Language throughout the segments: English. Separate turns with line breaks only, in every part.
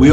We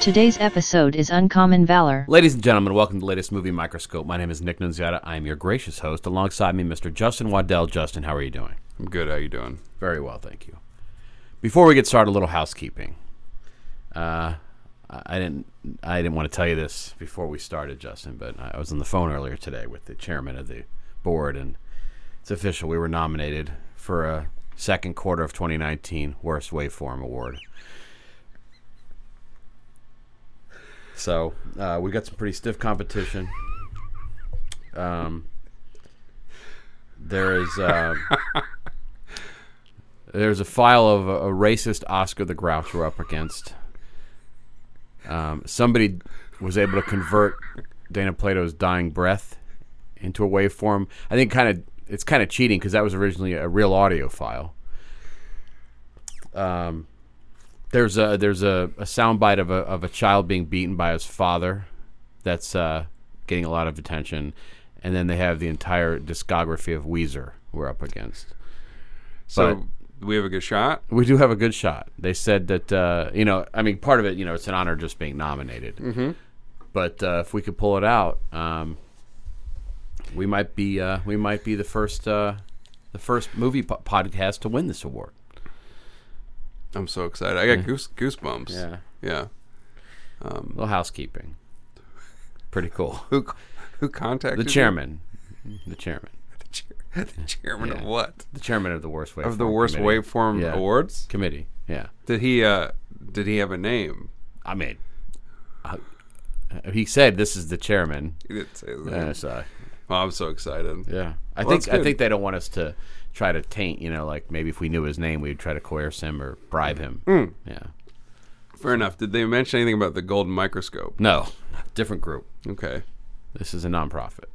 Today's episode is Uncommon Valor.
Ladies and gentlemen, welcome to the latest movie microscope. My name is Nick Nunziata. I am your gracious host. Alongside me, Mr. Justin Waddell. Justin, how are you doing?
I'm good. How you doing?
Very well, thank you. Before we get started, a little housekeeping. Uh, I I didn't, I didn't want to tell you this before we started, Justin, but I was on the phone earlier today with the chairman of the board, and it's official. We were nominated for a second quarter of 2019 Worst Waveform Award. So uh, we got some pretty stiff competition. Um, there is uh, there's a file of a, a racist Oscar the Grouch we're up against. Um, somebody was able to convert Dana Plato's dying breath into a waveform. I think kind of it's kind of cheating because that was originally a real audio file. Um, there's a there's a, a soundbite of a of a child being beaten by his father, that's uh, getting a lot of attention, and then they have the entire discography of Weezer we're up against.
So we have a good shot.
We do have a good shot. They said that uh, you know I mean part of it you know it's an honor just being nominated, mm-hmm. but uh, if we could pull it out, um, we might be uh, we might be the first uh, the first movie po- podcast to win this award.
I'm so excited. I got goose goosebumps.
Yeah.
Yeah.
A little housekeeping, pretty cool.
Who who contacted
The
you?
chairman. The chairman.
The, chair- the chairman of
Yeah.
what?
The chairman of the worst waveform
Of the worst
committee.
waveform
Yeah.
awards?
committee. Yeah,
Did he uh did he have a name?
I mean, uh, he said this is the chairman.
He didn't say his
Yeah,
name.
so,
Oh, I'm so excited.
Uh, yeah. I
Well, that's
think I
good.
think they don't want us to try to taint. You know, like maybe if we knew his name, we'd try to coerce him or bribe him.
Mm.
Yeah.
Fair enough. Did they mention anything about the golden microscope?
No, different group.
Okay.
This is a nonprofit,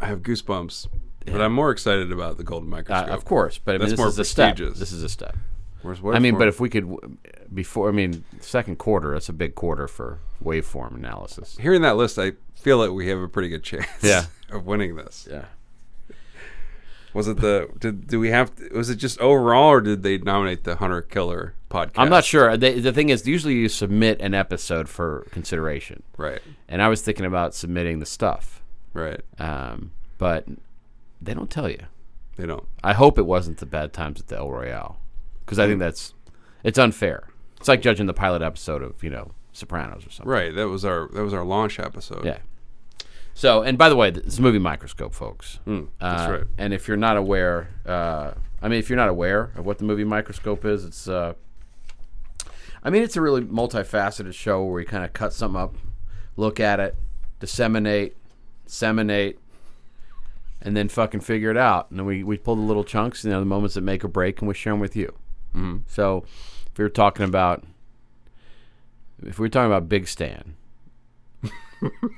I have goosebumps. But I'm more excited about the golden
uh,
microscope.
of course. But I mean,
That's
this
more
is a step.
prestigious.
This is a step.
Where's
I mean, but
waveform?
if we could, w- before I mean, second quarter. That's a big quarter for waveform analysis.
hearing that list, I feel like we have a pretty good chance
Yeah.
of winning this.
Yeah.
Was it the did do we have to, was it just overall or did they nominate the Hunter Killer podcast?
I'm not sure. The, the thing is, usually you submit an episode for consideration,
Right.
and I was thinking about submitting the stuff,
Right.
um, but they don't tell you.
They don't.
I hope it wasn't the bad times at the El Royale, because I think that's it's unfair. It's like judging the pilot episode of you know Sopranos or something.
Right. That was our that was our launch episode.
Yeah. So, and by the way, this is movie microscope, folks.
that's
Uh,
right.
And if you're not aware, uh, I mean, if you're not aware of what the movie microscope is, it's, uh, I mean, it's a really multifaceted show where we kind of cut something up, look at it, disseminate, disseminate, and then fucking figure it out. And then we, we pull the little chunks, you know, the moments that make or break, and we share them with you. Mm-hmm. So, if we were talking about, if we were talking about Big Stan,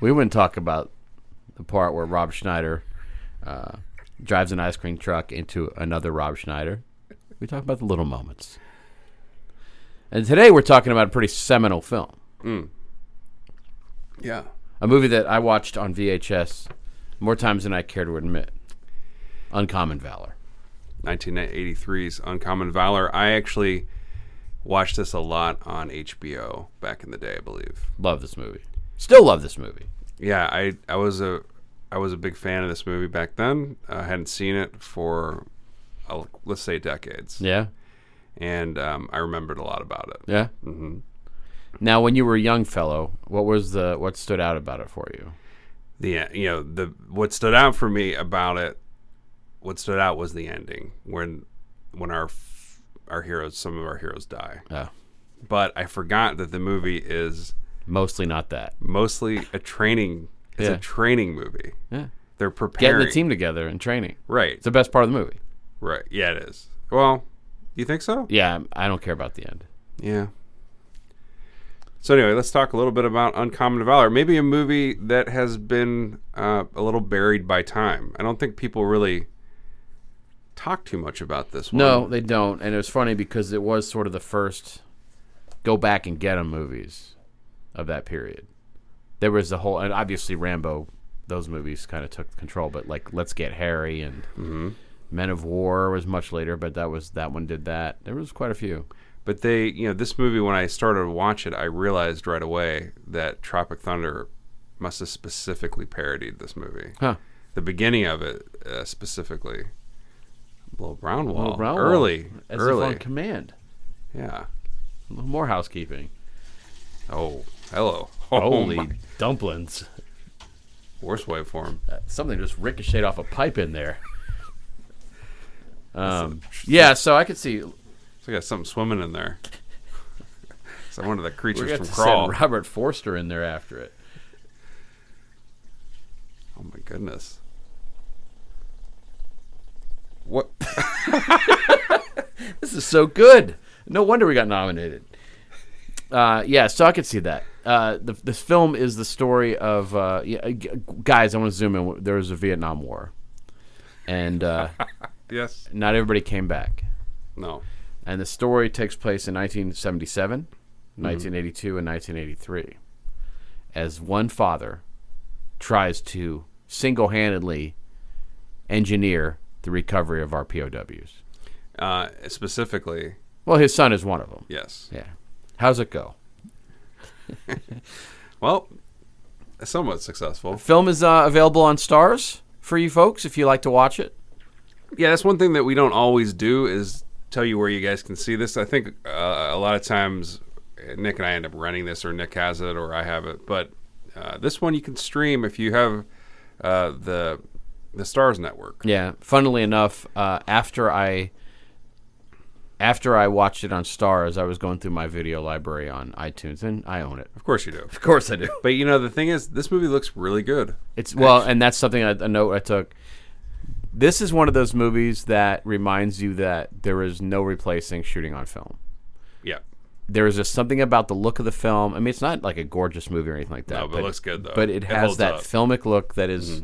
we wouldn't talk about the part where Rob Schneider uh, drives an ice cream truck into another Rob Schneider. We talk about the little moments. And today we're talking about a pretty seminal film,
Yeah.
a movie that I watched on VHS more times than I care to admit. Uncommon Valor.
1983's Uncommon Valor. I actually Watched this a lot on HBO back in the day, I believe.
Love this movie. Still love this movie.
Yeah, I I was a I was a big fan of this movie back then. I hadn't seen it for uh, let's say decades,
Yeah.
and um, I remembered a lot about it.
Yeah. Mm-hmm. Now, when you were a young fellow, what was the what stood out about it for you?
the you know the what stood out for me about it what stood out was the ending when when our f- our heroes some of our heroes die
Oh,
but i forgot that the movie is
mostly not that.
mostly a training it's
Yeah.
a training movie
Yeah.
they're
Getting
preparing
the team together and training.
right
It's the best part of the movie.
right yeah it is well you think so
Yeah, I'm- I don't care about the end.
yeah so anyway let's talk a little bit about uncommon valor maybe a movie that has been uh, a little buried by time i don't think people really talk too much about this one
No, they don't. And it was funny because it was sort of the first go back and get 'em movies of that period. There was the whole, and obviously Rambo, those movies kind of took control. But like, Let's Get Harry and
Mm-hmm.
Men of War was much later, but that was that one did that. There was quite a few.
But they, you know, this movie when I started to watch it, I realized right away that Tropic Thunder must have specifically parodied this movie.
Huh.
The beginning of it uh, specifically. Little Brown Wall.
Little Brown Wall.
early,
As if
early.
on command.
yeah.
A little more housekeeping.
Oh, hello.
Holy
Oh my-
dumplings!
worst waveform.
Uh, Something just ricocheted off a pipe in there. Um, yeah, so I could see
It's like I got something swimming in there. It's like one of the
We're
creatures
gonna have
from
to
Crawl.
send Robert Forster in there after it.
Oh my goodness. What?
This is so good. No wonder we got nominated. Uh, yeah, so I could see that. Uh, the, this film is the story of uh, yeah, uh, g- guys. I want to zoom in. There was a Vietnam War, and uh,
yes.
not everybody came back.
No.
And the story takes place in 1977,
Mm-hmm.
1982, and 1983. As one father tries to single handedly engineer the recovery of our POWs.
Uh, specifically,
Well, his son is one of them.
yes.
Yeah. How's it go?
Well, somewhat successful.
Film is uh, available on Stars for you folks if you like to watch it.
Yeah, that's one thing that we don't always do is tell you where you guys can see this. I think uh, a lot of times uh, Nick and I end up renting this, or Nick has it, or I have it. But uh, this one you can stream if you have uh, the the Stars Network.
Yeah. Funnily enough, uh, after I after I watched it on Stars, I was going through my video library on iTunes, and I own it.
Of course you do.
Of course, I do.
But you know the thing is, this movie looks really good.
It's well, and that's something I, a note I took. This is one of those movies that reminds you that there is no replacing shooting on film.
Yeah.
There is just something about the look of the film. I mean, it's not like a gorgeous movie or anything like that.
No, but it looks good, though.
But it
It
has
holds
that
up. Mm-hmm.
filmic look that is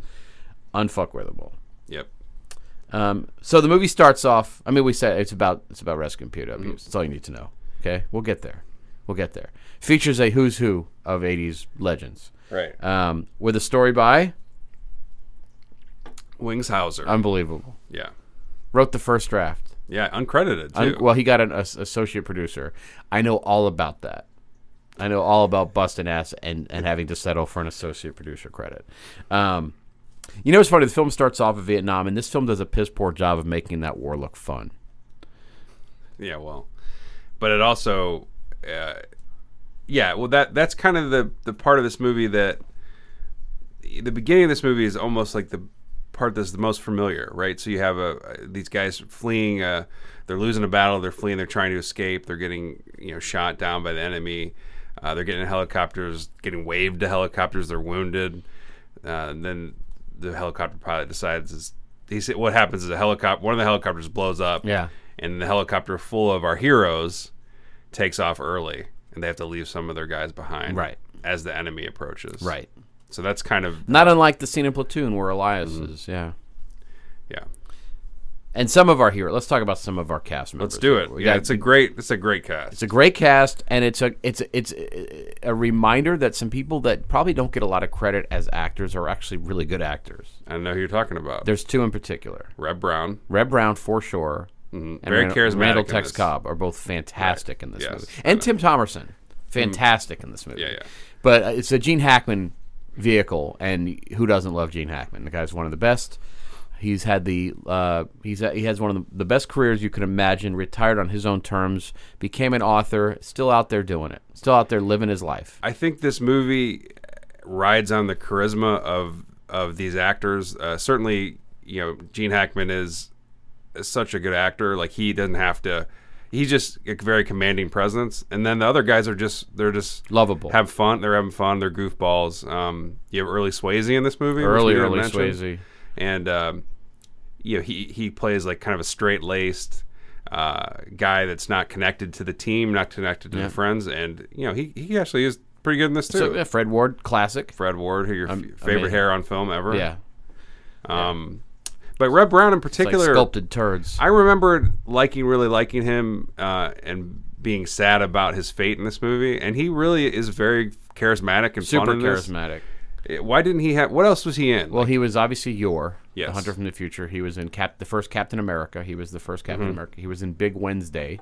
unfuckworthable.
Yep.
Um, so the movie starts off. I mean, we said it's about it's about rescuing POWs.
Mm-hmm.
That's all you need to know. Okay, we'll get there. We'll get there. Features a who's who of '80s legends.
Right.
Um, with a story by
Wings Hauser.
unbelievable.
yeah.
Wrote the first draft.
Yeah. Uncredited
Un-
too.
well, he got an as- associate producer. I know all about that. I know all about busting ass and, and having to settle for an associate producer credit. Um, you know, it's funny. The film starts off in Vietnam, and this film does a piss poor job of making that war look fun.
Yeah, well, but it also, uh, yeah, well that that's kind of the the part of this movie that the beginning of this movie is almost like the part that's the most familiar, right? So you have a these guys fleeing, uh, they're losing a battle, they're fleeing, they're trying to escape, they're getting you know shot down by the enemy, uh, they're getting in helicopters, getting waved to helicopters, they're wounded, uh, and then the helicopter pilot decides is. He said, "What happens is a helicopter. One of the helicopters blows up
Yeah.
and the helicopter full of our heroes takes off early and they have to leave some of their guys behind
Right.
as the enemy approaches
Right.
so that's kind of
Not unlike the scene in Platoon where Elias
Mm-hmm.
is. Yeah.
yeah
And some of our heroes. Let's talk about some of our cast members.
let's do it
We
yeah
got-
it's a great it's a great cast
It's a great cast, and it's a it's a- it's a- a reminder that some people that probably don't get a lot of credit as actors are actually really good actors.
i know who you're talking about
There's two in particular:
reb brown
Reb Brown for sure, and
Mm-hmm. Very
Randall,
charismatic
Randall
in
Tex
this.
Cobb are both fantastic in this
Yes,
movie,
I
and Tim Thomerson, fantastic in this movie.
Yeah, yeah.
But uh, it's a Gene Hackman vehicle, and who doesn't love Gene Hackman? The guy's one of the best. He's had the uh, he's he has one of the, the best careers you could imagine. Retired on his own terms, became an author, still out there doing it, still out there living his life.
I think this movie rides on the charisma of of these actors. Uh, certainly, you know, Gene Hackman is such a good actor. Like he doesn't have to. He's just a very commanding presence, and then the other guys are just they're just
Lovable.
have fun. They're having fun. They're goofballs. Um, you have early Swayze in this movie. which
early,
we didn't
early
mention.
Swayze.
and um, you know he he plays like kind of a straight laced uh, guy that's not connected to the team, not connected to the friends, and you know he he actually is pretty good in this too.
So yeah, Fred Ward, classic.
Fred Ward, who your f- favorite
amazing.
hair on film ever.
Yeah,
Um, but Red Brown in
it's like
particular,
sculpted turds.
I remember liking, really liking him, uh, and being sad about his fate in this movie. And he really is very charismatic and
Super
fun in this.
charismatic.
Eh, Why didn't he have? What else was he in?
Well, he was obviously Yor,
Yes.
the Hunter from the Future. He was in Cap, the first Captain America. He was the first Captain America. He was in Big Wednesday,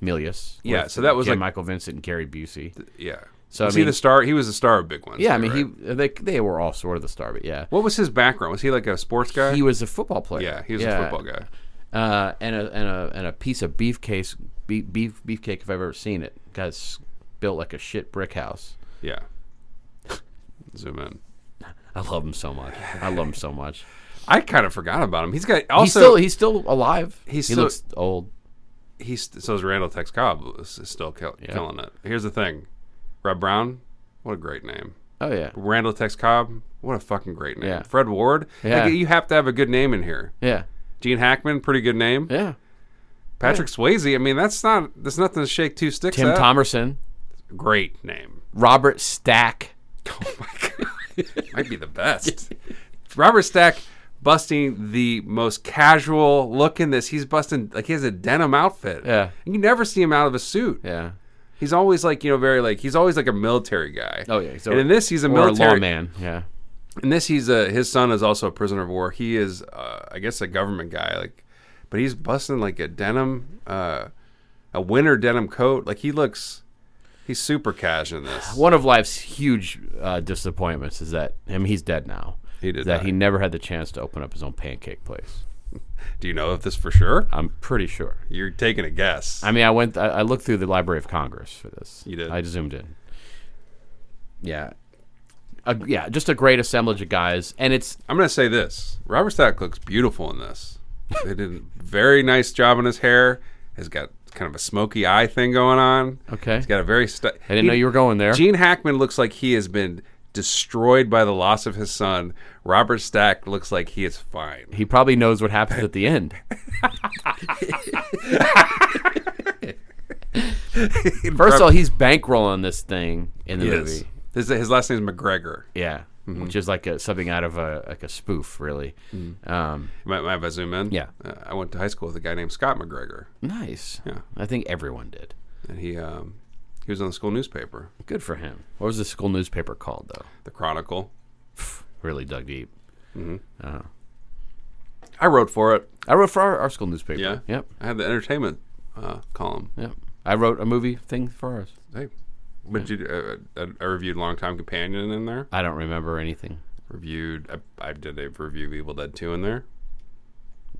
Milius.
Mm-hmm. Yeah,
with
so that was
J.
like-
Michael Vincent and Gary Busey.
yeah.
So, I
was he
mean-
the star? He was the star of Big Ones.
yeah, I mean he they they were all sort of the star, but yeah,
What was his background? Was he like a sports guy?
he was a football player.
yeah, he was a football guy.
Uh, and a and a and a piece of beef case beef, beef beefcake if I've ever seen it. Guys built like a shit brick house.
Yeah. Zoom in.
I love him so much. I love him so much.
I kind of forgot about him. He's got
he's
also
still he's still alive.
he's
he
still-
looks old.
he's so is Randall Tex Cobb is is still kill, killing it. Here's the thing, Rob Brown, what a great name.
Oh yeah,
Randall Tex Cobb, what a fucking great name.
Yeah.
Fred Ward,
Yeah.
like, you have to have a good name in here.
yeah,
Gene Hackman, pretty good name.
yeah.
Patrick Swayze, I mean that's not that's nothing to shake two sticks
Tim
at.
Thomerson.
great name.
Robert Stack.
Might be the best. Robert Stack busting the most casual look in this. He's busting like he has a denim outfit.
Yeah.
You never see him out of a suit.
Yeah.
He's always like, you know, very like he's always like a military guy.
Oh, yeah, so-
and in this he's a
Or a
military
lawman. Yeah.
In this he's a his son is also a prisoner of war. He is uh, I guess a government guy like but he's busting like a denim uh a winter denim coat. Like he looks he's super cash in this.
One of life's huge uh, disappointments is that I mean he's dead now.
He did
that
die.
he never had the chance to open up his own pancake place.
Do you know of this for sure?
I'm pretty sure.
You're taking a guess.
I mean, I went. I, I looked through the Library of Congress for this.
You did.
I zoomed in. Yeah. A, yeah, just a great assemblage of guys, and it's
I'm gonna say this: Robert Stack looks beautiful in this. They did a very nice job on his hair. He's got kind of a smoky eye thing going on.
Okay.
He's got a very. Stu-
I didn't know you were going there.
Gene Hackman looks like he has been destroyed by the loss of his son. Robert Stack looks like he is fine.
he probably knows what happens at the end. First of all, he's bankrolling this thing in the movie.
His, his last name is McGregor.
Yeah,
Mm-hmm.
which is like a, something out of a like a spoof, really.
Mm.
Um,
Might, might I zoom in?
Yeah.
Uh, I went to high school with a guy named Scott McGregor,
nice.
Yeah.
I think everyone did.
and he um, he was on the school newspaper,
Good for him. What was the school newspaper called though?
The Chronicle.
Really dug deep.
I wrote for it.
I wrote for our, our school newspaper.
Yeah.
Yep.
I had the entertainment uh, column.
Yep. I wrote a movie thing for us.
Hey, but you, uh, I- I reviewed Longtime Companion in there.
I don't remember anything.
Reviewed, I, I did a review of Evil Dead Two in there,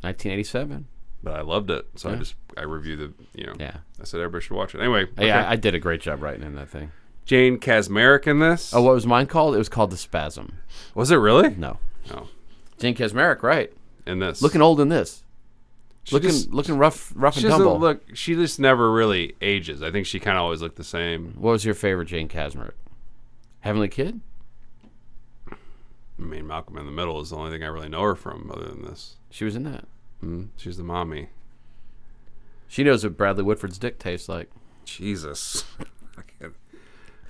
1987.
but I loved it, so I just I reviewed the you know.
Yeah.
I said everybody should watch it anyway. okay.
Yeah, I, I did a great job writing in that thing.
Jane Kazmarek in this.
Oh, what was mine called? It was called The Spasm.
was it really?
No.
No,
Jane Kazmarek, right?
in this
Looking old in this.
She
Looking
just-
looking rough rough
She
and
doesn't
tumble.
look. She just never really ages. I think she kind of always looked the same.
What was your favorite Jane Kazmarek? Heavenly Kid?
I mean, Malcolm in the Middle is the only thing I really know her from, other than this.
She was in that.
Mm, she's the mommy.
She knows what Bradley Whitford's dick tastes like.
Jesus. Fucking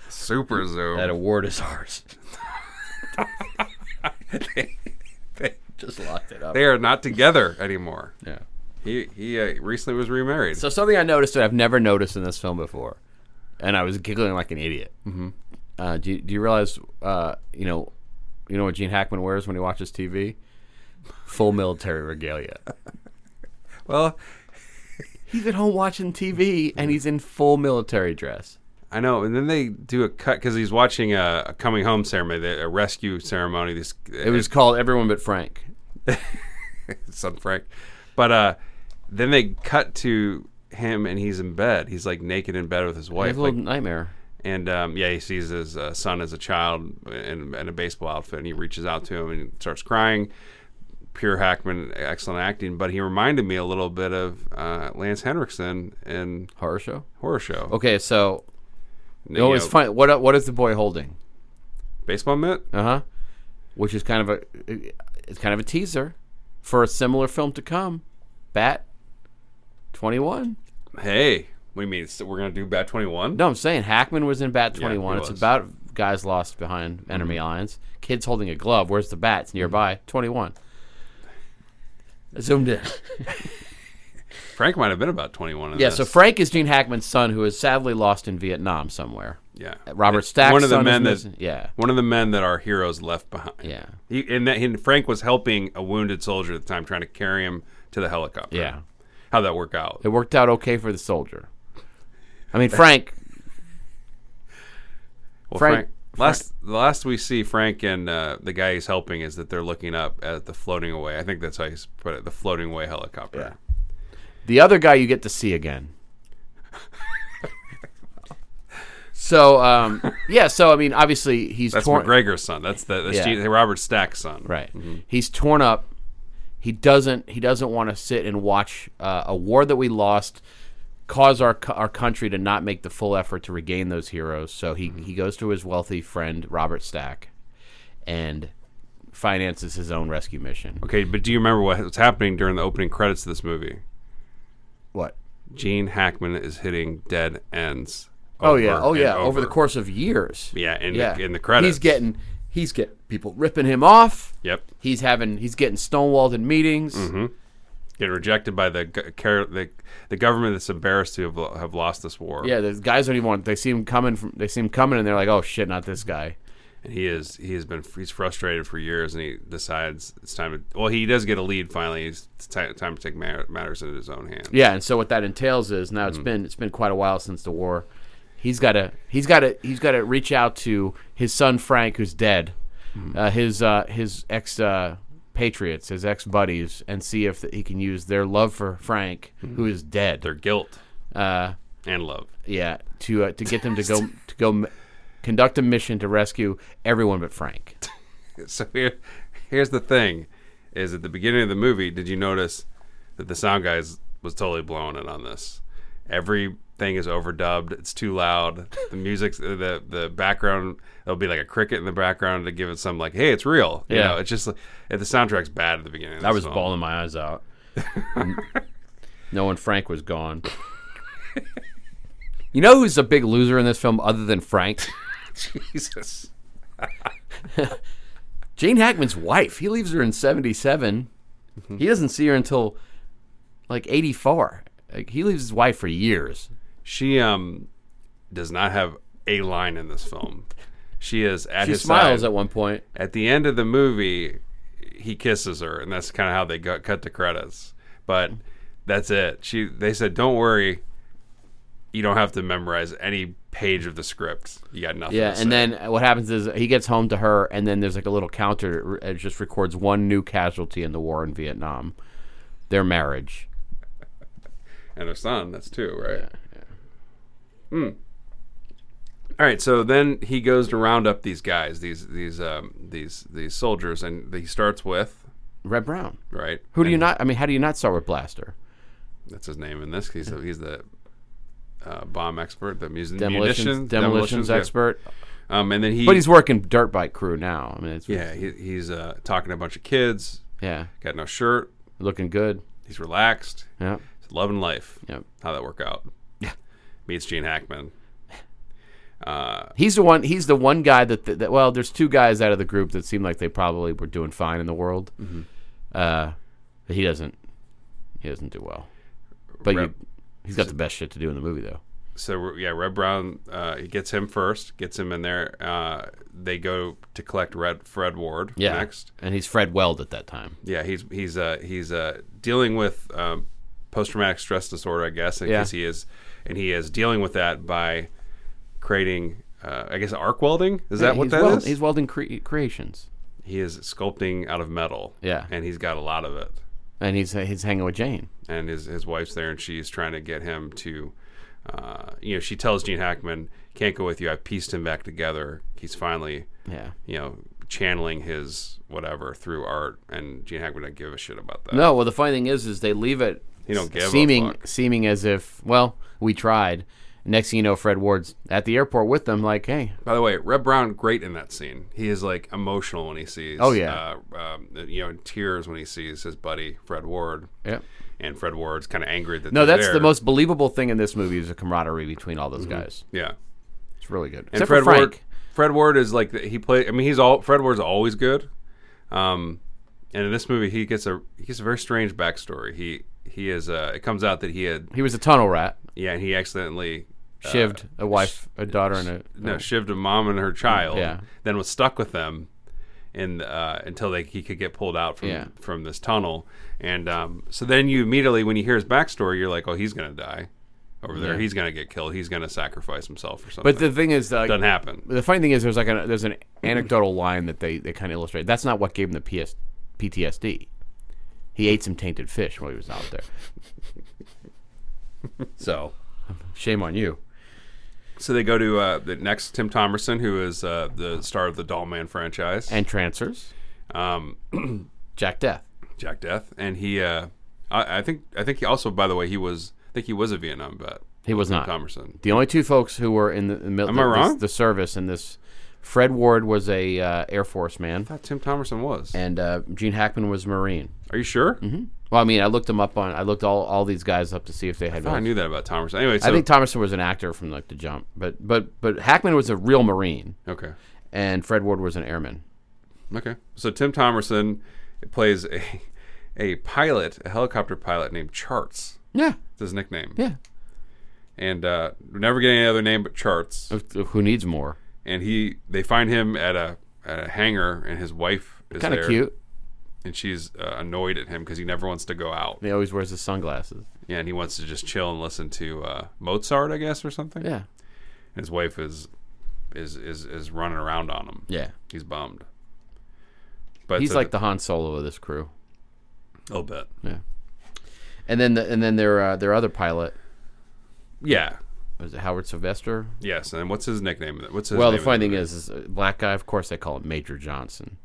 Super zoom.
That award is ours. Just locked it up.
they are not together anymore.
Yeah.
He he uh, recently was remarried.
So something I noticed that I've never noticed in this film before, and I was giggling like an idiot. Mm-hmm. Uh, do, you, do you realize, uh, you know, you know what Gene Hackman wears when he watches TV? Full military regalia.
well,
He's at home watching TV and he's in full military dress.
I know, and then they do a cut because he's watching a, a coming home ceremony, the- a rescue ceremony. This
It was called Everyone But Frank.
son Frank, but uh, then they cut to him and he's in bed. He's like naked in bed with his
I
wife,
have a little
like-
nightmare.
and um, yeah, he sees his uh, son as a child in, in a baseball outfit, and he reaches out to him and starts crying. Pure Hackman, excellent acting, but he reminded me a little bit of uh, Lance Henriksen in
Horror show?
Horror Show.
Okay, so
You
no, it's
know,
funny. What what is the boy holding?
Baseball mitt.
Uh huh. Which is kind of a it's kind of a teaser for a similar film to come. Bat twenty one.
Hey, what do you mean? So we're gonna do Bat Twenty One?
No, I'm saying Hackman was Mm-hmm. in Bat
Yeah, he
21. it's
was.
about guys lost behind enemy lines. Kids holding a glove. Where's the bat? It's nearby. 21. I zoomed in.
Frank might have been about twenty one.
yeah, so Frank is Gene Hackman's son who is sadly lost in Vietnam somewhere.
yeah,
Robert
It's
Stack's
one of the
son is
men
missing-
that,
yeah.
one of the men that our heroes left behind.
Yeah.
he, and that and Frank was helping a wounded soldier at the time, trying to carry him to the helicopter.
Yeah.
how'd that work out?
It worked out okay for the soldier. I mean, Frank,
Well,
Frank-
Frank, last the last we see Frank and uh, the guy he's helping is that they're looking up at the floating away. I think that's how he's put it, the floating away helicopter.
the other guy you get to see again. so, um, yeah, so, I mean, obviously he's
That's
torn.
McGregor's son. That's the that's
Yeah.
Gene- Robert Stack's son.
Right.
Mm-hmm.
He's torn up. He doesn't. He doesn't want to sit and watch uh, a war that we lost cause our co- our country to not make the full effort to regain those heroes. So he
Mm-hmm.
he goes to his wealthy friend Robert Stack, and finances his own rescue mission.
Okay, but do you remember what was happening during the opening credits of this movie?
What?
Gene Hackman is hitting dead ends.
Oh yeah.
over
Oh yeah.
and
Over. the course of years.
Yeah, in
yeah.
the in the
He's
credits.
getting he's getting people ripping him off.
Yep. Mm-hmm.
He's having he's getting stonewalled in meetings.
Getting rejected by the go- care the the government that's embarrassed to have, lo- have lost this war.
Yeah, the guys don't even want. They see him coming from. They see him coming, and they're like, "Oh shit, not this guy."
and he is he has been he's frustrated for years, and he decides it's time to. Well, he does get a lead finally. It's ti- time to take ma- matters into his own hands.
Yeah, and so what that entails is now it's been it's been quite a while since the war. He's got to he's got to he's got to reach out to his son Frank, who's dead, uh, his uh, his ex uh, patriots, his ex buddies, and see if he can use their love for Frank, who is dead.
Their guilt
Uh,
and love.
yeah, to uh, to get them to go to go m- conduct a mission to rescue everyone but Frank.
So here, here's the thing: is at the beginning of the movie, did you notice that the sound guys was totally blowing it on this? Everything is overdubbed. It's too loud. The music's the the background. There'll be like a cricket in the background to give it some like, hey, it's real. You
Yeah.
know, it's just like the soundtrack's bad at the beginning. Of
I
this
was
film.
bawling my eyes out. knowing Frank was gone. you know who's a big loser in this film other than Frank?
Jesus.
Gene Hackman's wife. He leaves her in 77. He doesn't see her until like 84. Like, he leaves his wife for years.
She um does not have a line in this film. She is at
She
his
smiles
side.
at one point.
At the end of the movie, he kisses her, and that's kind of how they got cut the credits. But that's it. She they said, "Don't worry, you don't have to memorize any page of the script. You got nothing."
Yeah,
to say."
and then what happens is he gets home to her, and then there's like a little counter. It just records one new casualty in the war in Vietnam, their marriage.
and her son. That's two, right? Yeah. All right. So then he goes to round up these guys, these these um, these these soldiers, and he starts with
Red Brown.
right.
Who do you not? I mean, how do you not start with Blaster?
That's his name in this. He's the, he's the uh, bomb expert, the music
Demolitions,
munition,
demolitions,
yeah.
expert.
Um, and then he,
But he's working dirt bike crew now. I mean, it's,
yeah, he, he's uh, talking to a bunch of kids.
yeah,
Got no shirt.
looking good.
He's relaxed.
Yeah,
He's loving life.
yeah.
How that work out? Yeah. Meets Gene Hackman.
He's the one. He's the one guy that, that, that. Well, there's two guys out of the group that seem like they probably were doing fine in the world.
Mm-hmm.
Uh, but he doesn't. He doesn't do well. But
Rep-
you, he's got the best shit to do in the movie, though.
so we're- yeah, Red Brown uh, he gets him first, gets him in there. Uh, they go to collect Red Fred Ward
Yeah.
next.
And he's Fred Weld at that time.
Yeah, he's he's uh, he's uh, dealing with um, post traumatic stress disorder, I guess, in
Yeah.
case he is, and he is dealing with that by creating, uh, I guess, arc welding. Is that what
he's
that is?
wel- He's welding cre- creations,
He is sculpting out of metal.
Yeah.
and he's got a lot of it.
and he's he's hanging with Jane.
and his his wife's there, and she's trying to get him to, uh, you know, she tells Gene Hackman, "Can't go with you. I pieced him back together. He's finally,
Yeah.
you know, channeling his whatever through art." And Gene Hackman doesn't give a shit about that.
No, well, the funny thing is, is they leave it
He don't give a
seeming
fuck.
seeming as if well, we tried. Next thing you know, Fred Ward's at the airport with them. Like, hey,
By the way, Reb Brown great in that scene. He is like emotional when he sees.
Oh, yeah.
uh, um, you know, in tears when he sees his buddy Fred Ward,
yeah.
and Fred Ward's kind of angry that
No,
they're
that's the
there.
most believable thing in this movie is the camaraderie between all those guys.
yeah.
It's really good.
And
Except
Fred
for Frank.
Ward, Fred Ward is like the- he play. I mean, he's all Fred Ward's always good. Um, and in this movie, he gets a he gets a very strange backstory. He he is. Uh, it comes out that he had
he was a tunnel rat,
yeah, and he accidentally
shivved a wife, a daughter, and a
Uh, no shivved a mom and her child.
Oh. Yeah.
Then was stuck with them, and uh, until they he could get pulled out from
Yeah.
from this tunnel. And um, so then you immediately when you hear his backstory, you're like, oh, he's gonna die over there.
Yeah.
He's gonna get killed. He's gonna sacrifice himself or something.
But the thing is, uh,
doesn't happen.
the funny thing is, there's like an there's an anecdotal line that they, they kind of illustrate. That's not what gave him the PS, PTSD. He ate some tainted fish while he was out there.
So.
Shame on you.
So they go to uh, the next Tim Thomerson, who is uh, the star of the Dollman franchise,
And trancers,
um,
Jack Death.
Jack Death, and he, uh, I, I think, I think he also, by the way, he was, I think he was a Vietnam vet,
He was not.
Thomerson.
The only two folks who were in the, the mil-
Am I
the-
wrong?
The, service in this, Fred Ward was a uh, Air Force man,
I thought Tim Thomerson was.
and uh, Gene Hackman was Marine.
Are you sure? Mm-hmm.
Well, I mean, I looked them up on. I looked all, all these guys up to see if they had.
Oh, I
those.
knew that about Thomerson. Anyway, so
I think Thomason was an actor from like the jump, but but but Hackman was a real Marine,
okay,
and Fred Ward was an airman.
okay. So Tim Thomerson plays a a pilot, a helicopter pilot named Charts.
Yeah,
That's his nickname.
yeah.
And uh, we never get any other name but Charts.
Who needs more?
And he, they find him at a at a hangar, and his wife is
Kind of
there.
cute.
and she's uh, annoyed at him because he never wants to go out.
He always wears his sunglasses.
Yeah, and he wants to just chill and listen to uh, Mozart, I guess, or something.
Yeah,
And his wife is is is, is running around on him.
yeah.
He's bummed. But
He's
so-
like the Han Solo of this crew.
a little bit.
Yeah. And then the, and then their uh, their other pilot
Yeah.
was it Howard Sylvester.
Yes. And what's his nickname? What's his
well, the
name
funny
in
thing
movie?
is, is a black guy. Of course, they call him Major Johnson.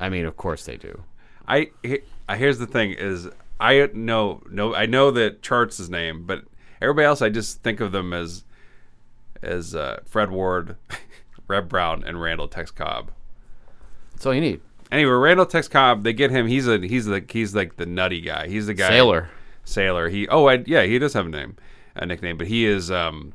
I mean, of course they do.
I he- I- here's the thing is I know no I know that Charts his name, but everybody else I just think of them as as uh, Fred Ward, Reb Brown, and Randall Tex Cobb.
That's all you need.
Anyway, Randall Tex Cobb, they get him. He's a he's like he's like the nutty guy. He's the guy
Sailor.
sailor. He oh I, yeah he does have a name a nickname, but he is um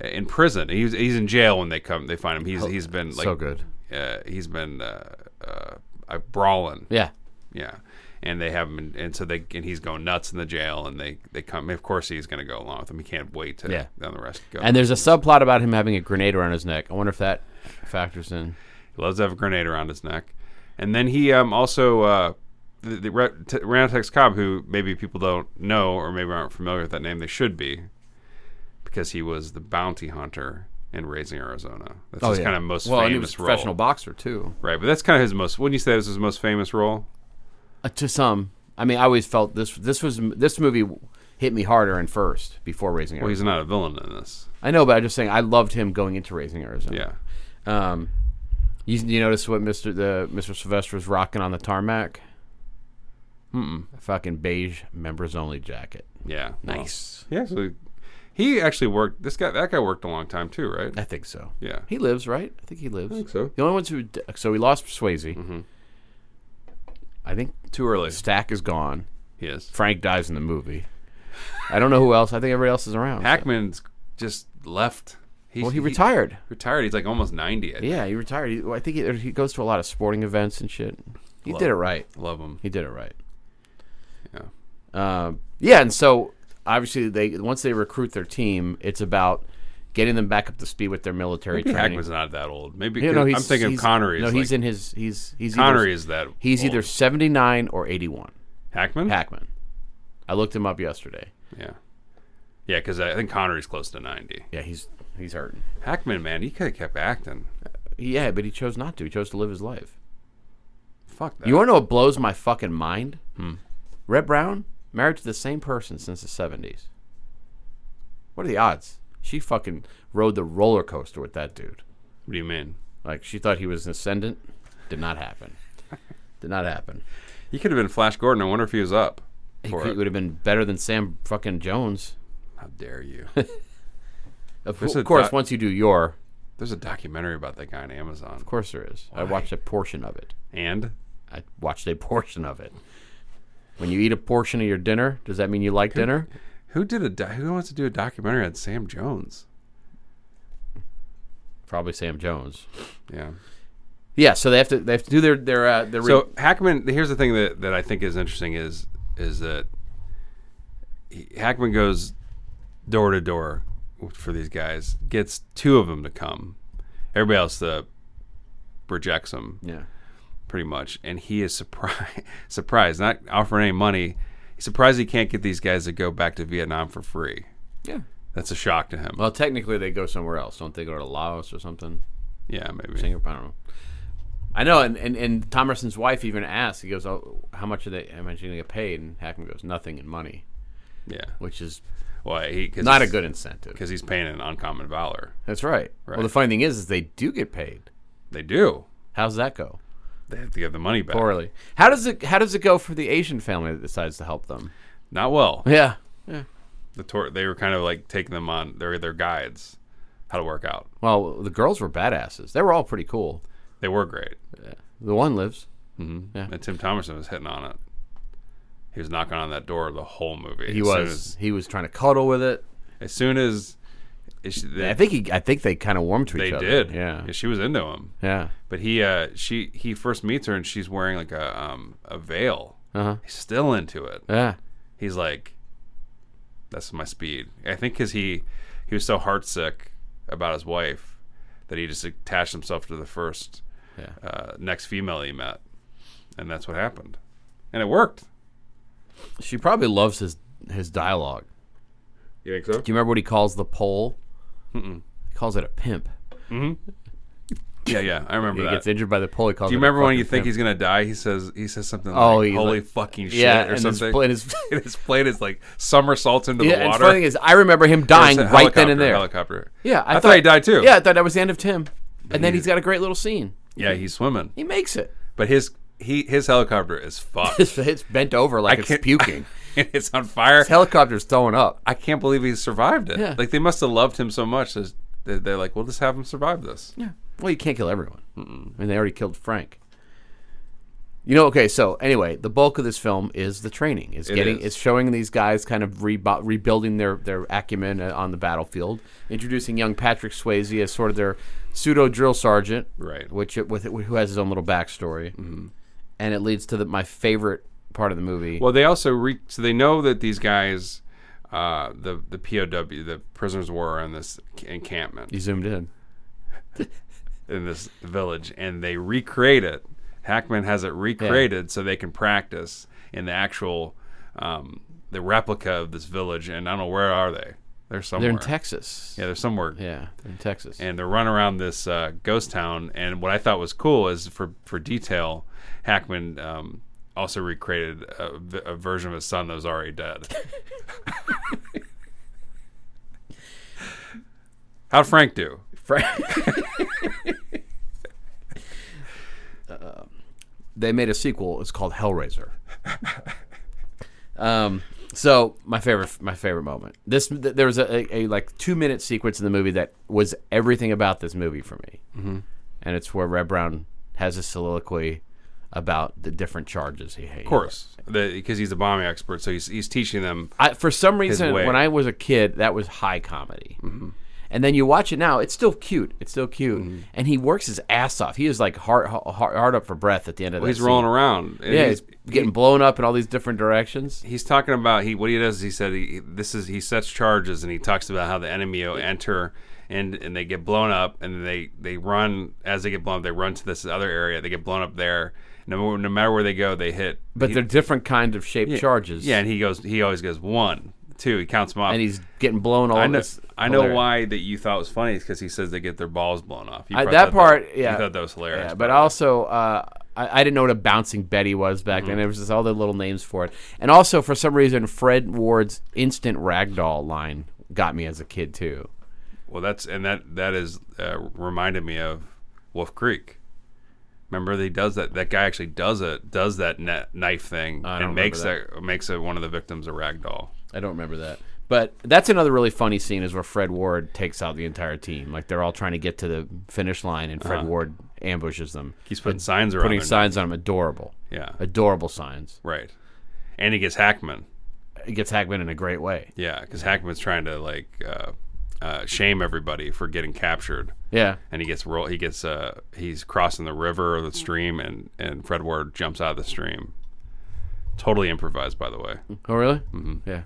in prison. He's he's in jail when they come. They find him. He's he's been like
so good.
Uh, he's been uh, uh, uh, brawling.
Yeah.
Yeah. And they have him, in, and so they and he's going nuts in the jail, and they they come. Of course, he's going to go along with them. He can't wait to
Yeah.
down the rest. Go.
And there's a subplot about him having a grenade around his neck. I wonder if that factors in.
He loves to have a grenade around his neck. And then he um, also, uh, the, the Ra- T- Randall Tex Cobb, who maybe people don't know or maybe aren't familiar with that name, they should be, because he was the bounty hunter in Raising Arizona. That's his kind of most
Oh, well,
famous
and he was a
role.
professional boxer too.
right, but that's kind of his most, wouldn't you say that was his most famous role?
Uh, to some, I mean, I always felt this. This was this movie hit me harder and first before Raising
Well,
Arizona.
he's not a villain in this.
I know, but I'm just saying I loved him going into Raising Arizona.
Yeah.
Um, you, you notice what Mister the Mister Sylvester was rocking on the tarmac? Mm. A fucking beige members only jacket.
Yeah. well,
Nice.
he actually, he actually worked, this guy, that guy worked a long time too, right?
I think so.
Yeah.
He lives, right? I think he lives. I
think so. Mm-hmm.
The only ones who d- so we lost Swayze. I think
Too early.
Stack is gone.
He is.
Frank dies in the movie. I don't know who else. I think everybody else is around. so-
Hackman's just left. He's,
Well, he retired.
retired. He's like almost 90. I think.
Yeah, he retired. He, well, I think he, he goes to a lot of sporting events and shit. He
Love
did
it.
it right.
Love him.
He did it right.
Yeah.
Um, yeah, and so obviously they once they recruit their team, it's about getting them back up to speed with their military
Maybe
training.
Hackman's not that old. Maybe
Yeah, no,
I'm
he's-
thinking
he's-
Connery. Is
No, he's
like-
in his he's he's
Connery
either,
is that
he's
old.
either seventy nine or eighty one.
Hackman.
Hackman. I looked him up yesterday.
Yeah. Yeah, because I think Connery's close to 90.
Yeah, he's he's hurting.
Hackman, man, he could have kept acting.
Yeah, but he chose not to. He chose to live his life.
Fuck that.
You want to know what blows my fucking mind? Hmm. Red Brown married to the same person since the seventies. What are the odds? She fucking rode the roller coaster with that dude.
what do you mean?
Like she thought he was an ascendant. Did not happen. Did not happen.
He could have been Flash Gordon. I wonder if he was up
He
for
could-
it.
would have been better than Sam fucking Jones.
How dare you?
Of,
There's
of
a
course,
doc-
once you do your,
There's a documentary about that guy on Amazon.
of course there is. I watched a portion of it.
And
I watched a portion of it. When you eat a portion of your dinner, does that mean you like dinner?
who did a do- who wants to do a documentary on Sam Jones?
Probably Sam Jones.
Yeah.
Yeah, so they have to they have to do their their uh, their. re-
So Hackman, here's the thing that, that I think is interesting is is that he, Hackman goes door to door for these guys, gets two of them to come. Everybody else uh, rejects him
yeah,
pretty much, and he is surprised surprised not offering any money. He's surprised he can't get these guys to go back to Vietnam for free.
yeah.
That's a shock to him.
Well, technically they go somewhere else. Don't they go to Laos or something?
yeah, maybe.
Singapore. I don't know. I know, and, and, and Thomerson's wife even asked. He goes, "Oh, how much are they? How much are you gonna get paid?" And Hackman goes, "Nothing in money,"
Yeah.
which is
Well, he cause
not a good incentive.
because he's paying an uncommon valor.
That's right. Well, the funny thing is, is they do get paid.
They do.
How's that go?
They have to give the money back.
Poorly. How does it? How does it go for the Asian family that decides to help them?
Not well.
Yeah.
the tour they were kind of like taking them on their their guides how to work out
Well, the girls were badasses. They were all pretty cool.
they were great
The one lives.
and tim thomerson was hitting on it he was knocking on that door the whole movie
He
as soon
was.
as,
He was trying to cuddle with it.
as soon as as she- they,
I think he. I think they kind of warmed to
they
each other.
did
Yeah.
she was into him
Yeah.
but he uh she he first meets her and she's wearing like a um a veil
Uh-huh.
he's still into it
Yeah.
he's like that's my speed i think because he he was so heartsick about his wife that he just attached himself to the first
Yeah.
uh, next female he met and that's what happened and it worked
She probably loves his his dialogue.
you think so
Do you remember what he calls the pole? He calls it a pimp.
yeah yeah i remember
He
that
gets injured by the pole. He calls.
do
it
you
a
remember when you
fucking
think
pimp.
he's gonna die he says he says something like
Oh, he's
holy
like-
fucking shit
Yeah,
or
and his,
something
pla- and his
and his plane is like somersaults into
yeah.
the
And the
water
funny thing is, I remember him dying
Or it's a
right then and
helicopter,
there.
helicopter
Yeah,
I thought he died too.
Yeah, I thought that was the end of Tim. And then he's got a great little scene.
yeah he's swimming
He makes it.
but his he his helicopter is fucked
It's, it's bent over like it's
can't-
puking.
it's on fire
His helicopter's throwing up.
I can't believe he survived it.
Yeah.
Like they must have loved him so much. that they- They're like, we'll just have him survive this.
Yeah. Well, you can't kill everyone. I mean, they already killed Frank. You know, okay, so anyway, the bulk of this film is the training. Is getting
is.
it's showing these guys kind of rebo- rebuilding their their acumen uh, on the battlefield, introducing young Patrick Swayze as sort of their pseudo drill sergeant,
Right.
Which it, with who has his own little backstory, mm-hmm. and it leads to the, my favorite part of the movie.
Well, they also re- so they know that these guys, uh, the the POW, the prisoners of war, are in this encampment
he zoomed in.
in this village, and they recreate it. Hackman has it recreated so they can practice in the actual, um, the replica of this village. And I don't know where are they. They're somewhere.
They're in Texas.
Yeah, they're somewhere.
Yeah, they're in Texas.
and they're running around this uh, ghost town. And what I thought was cool is for for detail, Hackman um, also recreated a, v- a version of his son that was already dead. How'd Frank do?
they made a sequel. It's called Hellraiser. um, so my favorite, my favorite moment. This th- there was a, a, a, like two minute sequence in the movie that was everything about this movie for me, mm-hmm. and it's where Red Brown has a soliloquy about the different charges he hates.
Of course, because he's a bombing expert, so he's he's teaching them.
I, for some reason,
way. Mm-hmm.
when I was a kid, that was high comedy. And then you watch it now; it's still cute. It's still cute, and he works his ass off. He is like hard, hard, hard up for breath at the end of. that
He's
scene.
rolling around. and
Yeah,
he's,
he's getting blown up in all these different directions.
he's talking about he what he does. is He said he this is he sets charges and he talks about how the enemy will enter and and they get blown up and they they run as they get blown up. They run to this other area. They get blown up there No, no matter where they go, they hit.
But they're different kind of shaped
Yeah.
charges.
Yeah, and he goes. He always goes one, two. He counts them off.
and he's getting blown all.
I know.
it's
I know
hilarious.
why that you thought was funny is because he says they get their balls blown off. You
I-
probably
that
thought
part,
you
yeah.
thought that was hilarious.
Yeah, but also, uh, I, I didn't know what a bouncing Betty was back
Mm-hmm.
then. There was just all the little names for it, and also for some reason, Fred Ward's instant ragdoll line got me as a kid too.
well, that's and that that is uh, reminded me of Wolf Creek. Remember, that he does that. That guy actually does it. Does that net, knife thing
I don't
and makes
remember
that. makes it one of the victims a rag doll.
I don't remember that. But that's another really funny scene is where Fred Ward takes out the entire team. Like they're all trying to get to the finish line, and
Uh-huh.
Fred Ward ambushes them,
He's putting signs around.
putting
their-
signs on them. Adorable,
Yeah,
adorable signs.
right. And he gets Hackman.
It gets Hackman in a great way.
Yeah, because Hackman's trying to like uh, uh, shame everybody for getting captured.
Yeah,
and he gets roll. He gets uh he's crossing the river or the stream, and and Fred Ward jumps out of the stream. Totally improvised, by the way.
Oh really? Mm-hmm. Yeah.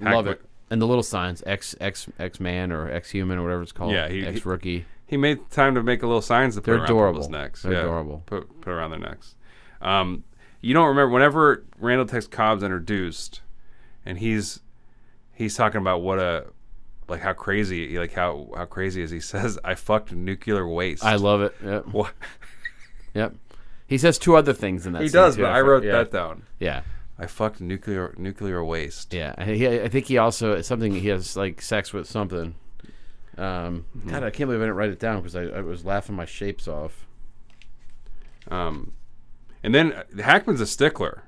Love
Hackman-
it. And the little signs, X X X man or X human or whatever it's called.
Yeah, he-
X rookie.
He made time to make a little signs to put
They're
around
adorable.
people's necks.
They're
yeah,
adorable.
Put put around their necks. Um, you don't remember whenever Randall Tex Cobb's introduced, and he's he's talking about what a like how crazy like how how crazy is he says I fucked nuclear waste.
I love it. Yep.
What?
Yep. He says two other things in that.
he
scene,
does,
too.
but I
for-
wrote
yeah.
that down.
Yeah.
I fucked nuclear nuclear waste.
Yeah. And he- I think he also it's something he has like sex with something. Um, God, I can't believe I didn't write it down because I, I was laughing my shapes off.
Um, and then uh, Hackman's a stickler.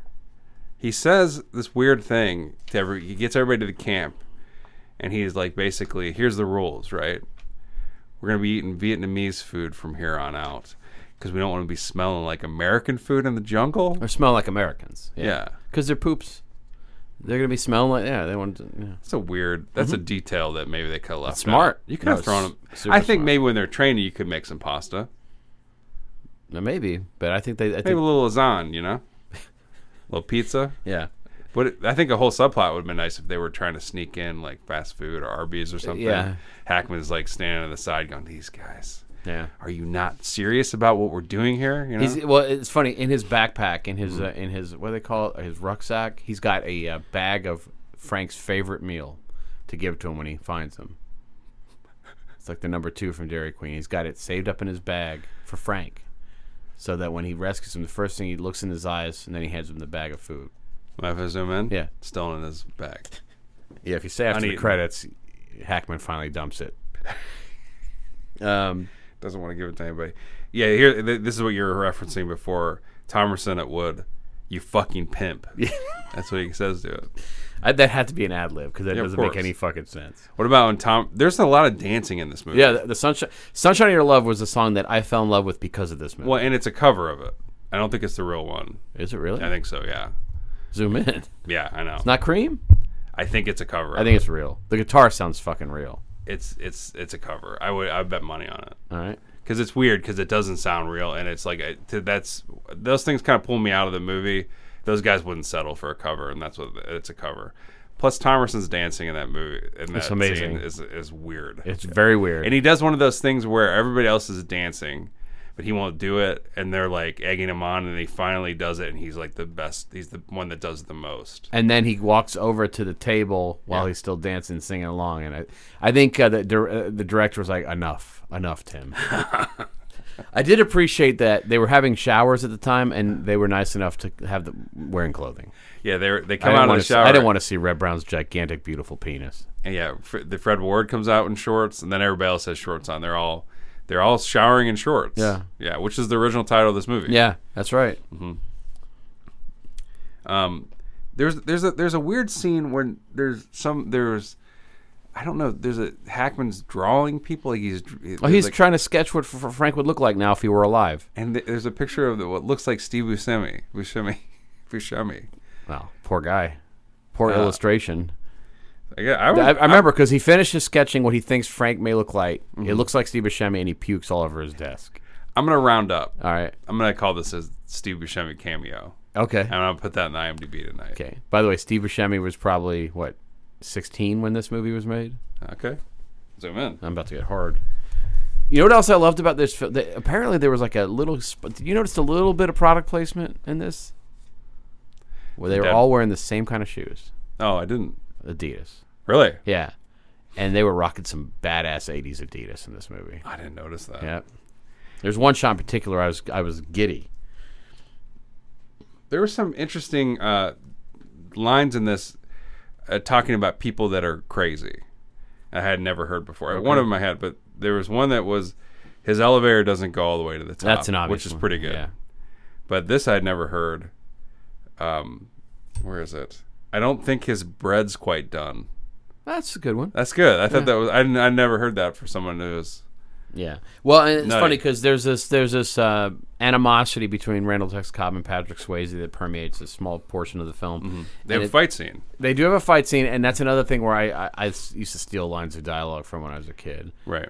He says this weird thing to every. He gets everybody to the camp, and he's like, basically, here's the rules, right? We're gonna be eating Vietnamese food from here on out because we don't want to be smelling like American food in the jungle.
Or smell like Americans.
Yeah,
Because they're poops. They're gonna be smelling like yeah. They want to. Yeah.
that's a weird. That's a detail that maybe they could have left.
Mm-hmm. smart.
out. You could
No,
have thrown
it's
them.
super
I think
smart.
maybe when they're training, you could make some pasta,
Now, Maybe, but I think they. I
maybe a
think,
little lasagna, you know, a little pizza.
yeah.
But it, I think a whole subplot would have been nice if they were trying to sneak in like fast food or Arby's or something.
Yeah.
Hackman's like standing on the side going, "These guys,
Yeah.
are you not serious about what we're doing here?" You know,
He's well. It's funny in his backpack, in
Mm-hmm.
his uh, in his what do they call it, his rucksack. He's got a uh, bag of Frank's favorite meal to give to him when he finds him. It's like the number two from Dairy Queen. He's got it saved up in his bag for Frank, so that when he rescues him, the first thing he looks in his eyes, and then he hands him the bag of food.
if I zoom in,
Yeah.
still in his bag.
Yeah, if you say after the
Uneaten.
credits, Hackman finally dumps it. Um,
Doesn't want to give it to anybody. Yeah, here th- this is what you were referencing before. Thomerson at Wood, you fucking pimp. That's what he says to it.
I, that had to be an ad lib because that
Yeah, of
doesn't make
course.
any fucking sense.
What about when Tom? There's a lot of dancing in this movie.
Yeah, the, the sunshine, sunshine of your love was a song that I fell in love with because of this movie.
Well, and it's a cover of it. I don't think it's the real one.
Is it really?
I think so. Yeah.
Zoom in.
Yeah, I know.
Not cream?
I think it's a cover.
I think it's real. The guitar sounds fucking real.
it's it's it's a cover. I would I bet money on it
All right.
because it's weird because it doesn't sound real and it's like I- to, that's those things kind of pull me out of the movie. Those guys wouldn't settle for a cover, and that's what it's a cover. Plus, Thomerson's dancing in that movie. In that
amazing.
Scene is is weird,
It's very weird.
and he does one of those things where everybody else is dancing, but he won't do it, and they're like egging him on, and he finally does it, and he's like the best. He's the one that does it the most.
and then he walks over to the table while he's still dancing, singing along. And I, I think uh, the dir- uh, the director was like, "Enough, enough, Tim." I did appreciate that they were having showers at the time, and they were nice enough to have them wearing clothing.
Yeah, they they
I
come
didn't
out of
wanna
the
see-
shower.
I didn't want to see Red Brown's gigantic, beautiful penis.
And yeah, Fr- the Fred Ward comes out in shorts, and then everybody else has shorts on. They're all they're all showering in shorts.
Yeah.
yeah, which is the original title of this movie.
Yeah, that's right.
Um, there's there's a there's a weird scene when there's some there's I don't know there's a Hackman's drawing people like he's
Well, Oh, he's trying to sketch what F- F- Frank would look like now if he were alive.
and th- there's a picture of the, what looks like Steve Buscemi Buscemi Buscemi.
Well, poor guy. Poor illustration.
I, gue- I, would,
I, I remember because he finishes sketching what he thinks Frank may look like. It looks like Steve Buscemi, and he pukes all over his desk.
I'm gonna round up.
All right.
I'm gonna call this a Steve Buscemi cameo,
Okay.
and I'll put that in the IMDb tonight.
Um, Okay. By the way, Steve Buscemi was probably what, 16 when this movie was made.
Okay. Zoom in.
I'm about to get hard. You know what else I loved about this? film? That apparently, there was like a little. sp- Did you notice a little bit of product placement in this? Where they were
Yeah.
all wearing the same kind of shoes,
Oh, I didn't
Adidas.
really.
Yeah, and they were rocking some badass '80s Adidas in this movie.
I didn't notice that.
Yep. There's one shot in particular I was I was giddy.
There were some interesting uh, lines in this uh, talking about people that are crazy. I had never heard before. One of them I had, but there was one that was his elevator doesn't go all the way to the top.
That's an obvious
which is
one.
pretty good.
Yeah.
But this I'd never heard. Um, where is it? I don't think his bread's quite done.
That's a good one.
That's good. I thought that was I, didn't- I never heard that for someone who was
Yeah. Well, and it's
Nutty.
funny because there's this there's this uh, animosity between Randall Tex Cobb and Patrick Swayze that permeates a small portion of the film.
they
And
have a
it-
fight scene.
They do have a fight scene, and that's another thing where I, I, I s- used to steal lines of dialogue from when I was a kid.
Right.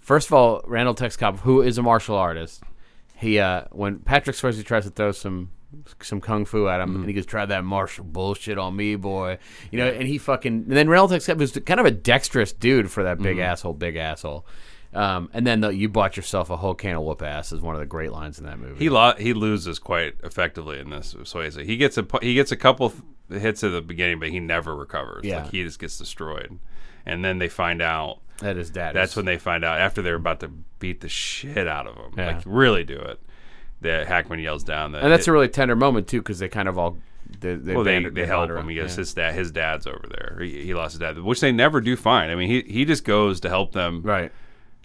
First of all, Randall Tex Cobb, who is a martial artist, he uh, when Patrick Swayze tries to throw some some kung fu at him, and
Mm-hmm.
he goes, "Try that martial bullshit on me, boy," you know, and he fucking and then Randall Tex Cobb was kind of a dexterous dude for that
Mm-hmm.
big asshole, big asshole. Um, and then the, you bought yourself a whole can of whoop ass is one of the great lines in that movie.
He lo- he loses quite effectively in this with Swayze. He gets a pu- he gets a couple th- hits at the beginning, but he never recovers.
Yeah.
Like he just gets destroyed. And then they find out.
that is dad.
That's when they find out after they're about to beat the shit out of him.
Yeah.
Like really do it. That Hackman yells down that.
and that's
it-
a really tender moment too because they kind of all they they,
well, they,
banded-
they
they
help
bonded
him. He
around.
goes, his dad, his dad's over there. He, he lost his dad, which they never do find. I mean, he he just goes to help them.
right.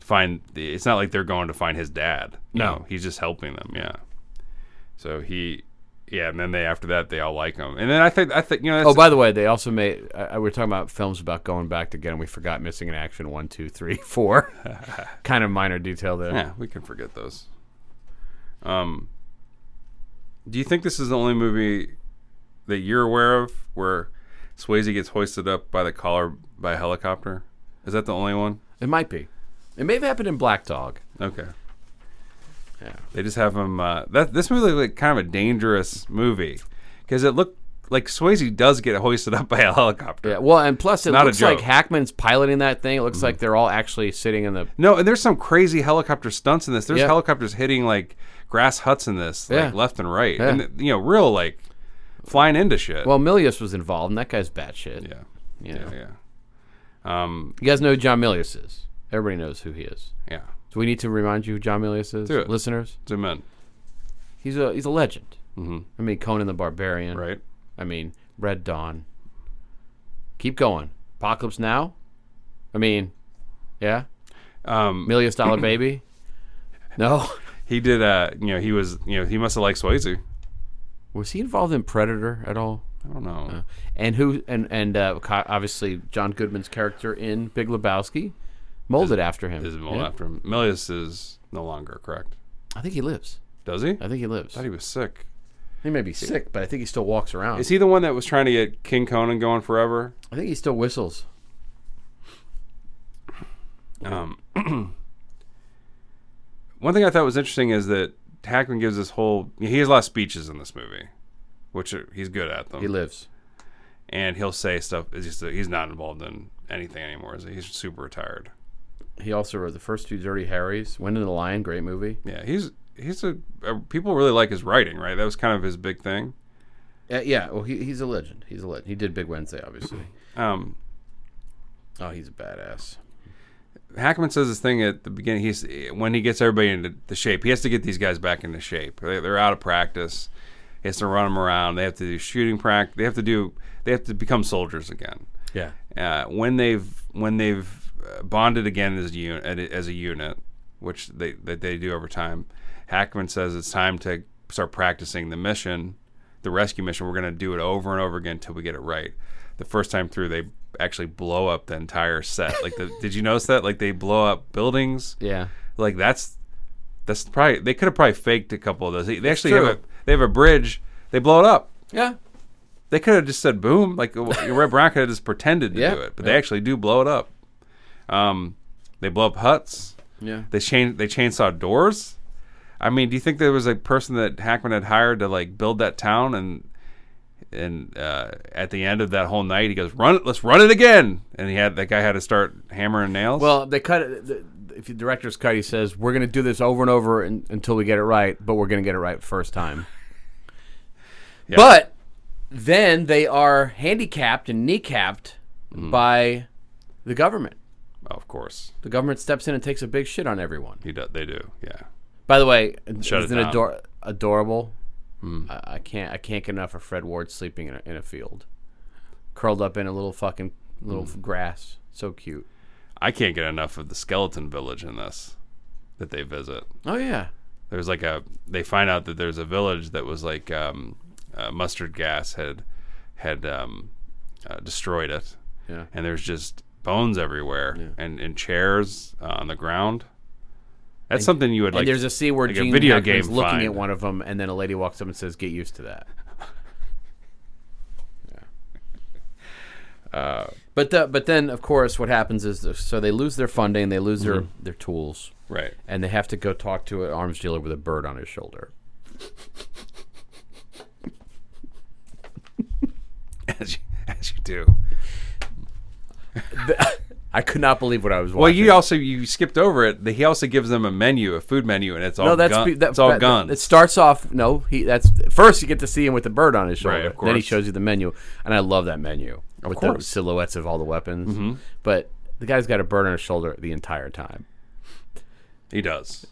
find the, it's not like they're going to find his dad. you
No.
know, he's just helping them. Yeah. So he, yeah, and then they after that they all like him, and then I think I think you know. That's,
Oh, by the way, they also made. I, I- we were talking about films about going back to get, and we forgot missing in action one, two, three, four. kind of minor detail there.
yeah, we can forget those. Um, do you think this is the only movie that you're aware of where Swayze gets hoisted up by the collar by a helicopter? Is that the only one?
It might be. It may have happened in Black Dog.
Okay.
Yeah.
They just have him. Uh, that this movie looked like kind of a dangerous movie because it looked like Swayze does get hoisted up by a helicopter.
Yeah. Well, and plus, it
Not a
looks like
joke. Mm-hmm.
Hackman's piloting that thing. It looks like they're all actually sitting in the.
No, and there's some crazy helicopter stunts in this. There's
Yeah.
helicopters hitting like grass huts in this,
Yeah.
like left and right,
Yeah.
and you know, real like flying into shit.
Well, Milius was involved, and that guy's batshit.
yeah,
You, know.
yeah, yeah, um,
you guys know who John Milius is. Everybody knows who he is.
yeah.
So we need to remind you who John Milius is,
Do it.
listeners.
Zoom in,
He's a he's a legend. Mm-hmm. I mean, Conan the Barbarian.
right?
I mean, Red Dawn. Keep going. Apocalypse Now. I mean, yeah.
Um,
Million Dollar Baby. No.
he did. Uh, you know, he was. You know, he must have liked Swayze.
Was he involved in Predator at all?
I don't know.
Uh, And who? And and uh, co- obviously John Goodman's character in Big Lebowski, molded after him.
is it
Yeah.
after him? Milius is no longer correct.
I think he lives.
Does he? I
I think he lives.
thought he was sick.
He may be sick, but I think he still walks around.
Is he the one that was trying to get King Conan going forever?
I think he still whistles.
Um, one thing I thought was interesting is that Hackman gives this whole. He has a lot of speeches in this movie, which are, he's good at them.
He lives.
and he'll say stuff. It's just that he's not involved in anything anymore. Is he? He's super retired.
He also wrote the first two Dirty Harrys. Wind in the Lion, great movie.
Yeah, he's he's a, uh people really like his writing, right? That was kind of his big thing.
Uh, yeah, well, he, he's a legend. He's a legend. He did Big Wednesday, obviously.
Um,
Oh, he's a badass.
Hackman says this thing at the beginning. He's when he gets everybody into the shape. He has to get these guys back into shape. They, they're out of practice. He has to run them around. They have to do shooting practice. They have to do. They have to become soldiers again.
Yeah.
Uh, when they've when they've uh, bonded again as a unit, as a unit, which they that they do over time. Hackman says it's time to start practicing the mission, the rescue mission. We're going to do it over and over again until we get it right. The first time through, they actually blow up the entire set. Like, the, did you notice that? Like, they blow up buildings.
Yeah.
Like, that's that's probably they could have probably faked a couple of those. They, they actually have a
true.
they have a bridge. They blow it up.
Yeah.
They could have just said boom, like uh, Red Brown could have just pretended to
Yeah,
do it, but they actually do blow it up. Um, they blow up huts.
Yeah.
They chain they chainsaw doors. I mean, do you think there was a person that Hackman had hired to like build that town and and uh, at the end of that whole night he goes run it let's run it again and he had that guy had to start hammering nails.
Well, they cut it. th- th- if the director's cut, he says we're going to do this over and over in, until we get it right, but we're going to get it right first time. But then they are handicapped and kneecapped Mm-hmm. by the government.
of course,
The government steps in and takes a big shit on everyone.
he do, they do. Yeah,
By the way, it's
Shut it
an
down.
ador- adorable. I, I can't. I can't get enough of Fred Ward sleeping in a, in a field, curled up in a little fucking little grass. So cute.
I can't get enough of the skeleton village in this that they visit.
Oh yeah.
there's like a they find out that there's a village that was like um, uh, mustard gas had had um, uh, destroyed it
Yeah.
and there's just bones everywhere and, and chairs uh, on the ground that's something you would like
and there's a scene where
like a
Gene
video
Hackman's
game
looking
find.
at one of them, and then a lady walks up and says, "Get used to that."
Uh,
but the, but then of course what happens is the- so they lose their funding, they lose their
Mm-hmm.
their tools,
right
and they have to go talk to an arms dealer with a bird on his shoulder.
as you, as you do
I could not believe what I was watching.
well you also you skipped over it he also gives them a menu a food menu and it's all
no, that's
gun-
be- that-
it's all
that-
guns
It starts off no. He that's first you get to see him with the bird on his shoulder.
Right, of
Then he
course.
shows you the menu, and I love that menu with the
course. Mm-hmm.
silhouettes of all the weapons. But the guy's got a bird on his shoulder the entire time.
he does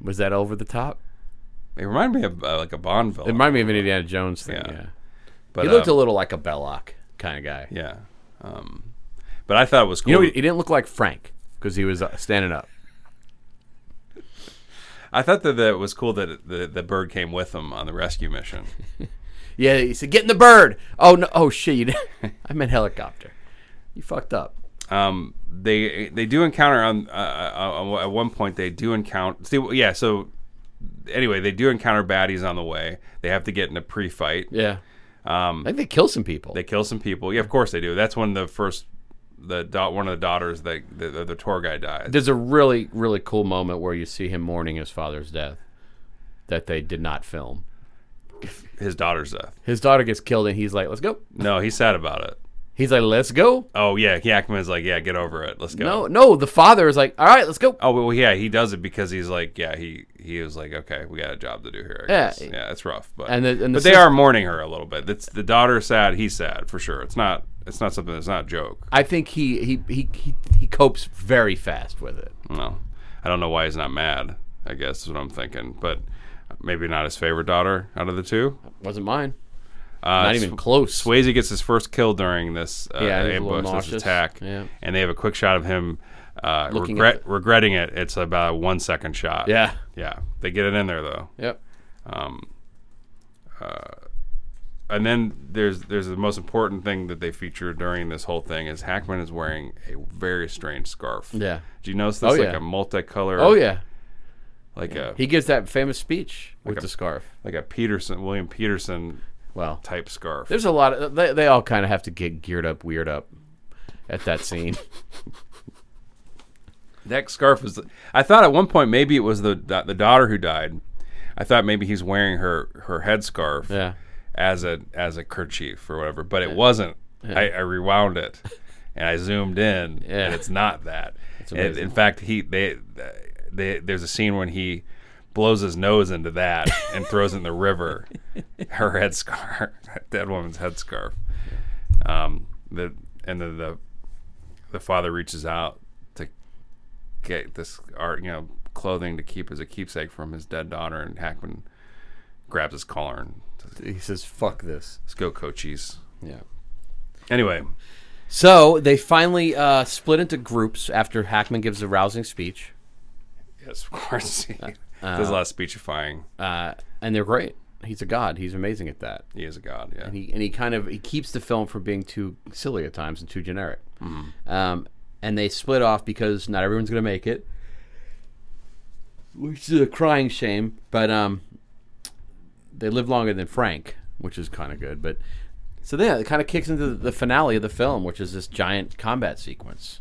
Was that over the top?
it reminded me of uh, like a Bond
It
villain
reminded me of an Indiana Jones thing. Yeah,
Yeah. but
he looked
um,
a little like a Belloc kind of guy.
yeah um, but I thought it was cool
You know, he, he didn't look like Frank because he was uh, standing up.
I thought that, that it was cool that the, the bird came with him on the rescue mission.
Yeah, he said, "Get in the bird." Oh no! Oh shit! You did- I meant helicopter. You fucked up.
Um, they they do encounter on uh, uh, uh, at one point they do encounter. See, yeah, so anyway, they do encounter baddies on the way. They have to get in a pre-fight.
Yeah. Um, I think they kill some people.
They kill some people. Yeah, of course they do. That's when the first the da- one of the daughters that the, the, the tour guy dies.
There's a really, really cool moment where you see him mourning his father's death that they did not film.
His daughter's death.
His daughter gets killed, and he's like, "Let's go."
No, he's sad about it.
He's like, "Let's go."
Oh yeah, Yakman's like, yeah, get over it. Let's go.
No, no. The father is like, "All right, let's go."
Oh well, yeah, he does it because he's like, yeah, he he was like, okay, we got a job to do here. I
Yeah.
guess. yeah, it's rough, but
And the- and the
but they
sis-
are mourning her a little bit. It's the daughter's sad, he's sad for sure. It's not it's not something that's not a joke.
I think he he he he, he copes very fast with it.
No, I don't know why he's not mad. I guess is what I'm thinking, but maybe not his favorite daughter out of the two.
Wasn't mine.
Uh,
not even close.
Swayze gets his first kill during this uh,
Yeah, he was a little
ambush, this
nauseous.
attack,
Yeah.
and they have a quick shot of him. Uh,
Looking at
regret,
the-
regretting it. It's about a one second shot.
Yeah.
yeah. They get it in there though.
Yep.
and then there's there's the most important thing that they feature during this whole thing is Hackman is wearing a very strange scarf.
Yeah.
Do you notice this?
Oh,
like
yeah.
a multicolor.
Oh yeah.
Like a
He gives that famous speech with
a-
the scarf.
like a Peterson William Peterson
Well,
type scarf.
there's a lot of they, they all kind of have to get geared up, weird up at that scene.
that scarf was. I thought at one point maybe it was the da- the daughter who died. I thought maybe he's wearing her her headscarf
yeah.
as a as a kerchief or whatever, but it wasn't. I, I rewound it and I zoomed in,
Yeah.
and it's not that. And
amazing.
in fact, he they, they there's a scene when he blows his nose into that and throws it in the river. Her headscarf, that dead woman's headscarf. Um, the and then the the father reaches out to get this art, you know, clothing to keep as a keepsake from his dead daughter, and Hackman grabs his collar and says,
He says, "Fuck this."
Let's go, coaches.
Yeah.
Anyway,
So they finally uh, split into groups after Hackman gives a rousing speech,
yes, of course. He does a lot of speechifying.
uh, and they're great. He's a god. He's amazing at that.
he is a god. Yeah.
He and he kind of he keeps the film from being too silly at times and too generic. Um, and they split off because not everyone's going to make it, which is a crying shame. But um, they live longer than Frank, which is kind of good. But so yeah, it kind of kicks into the finale of the film, which is this giant combat sequence.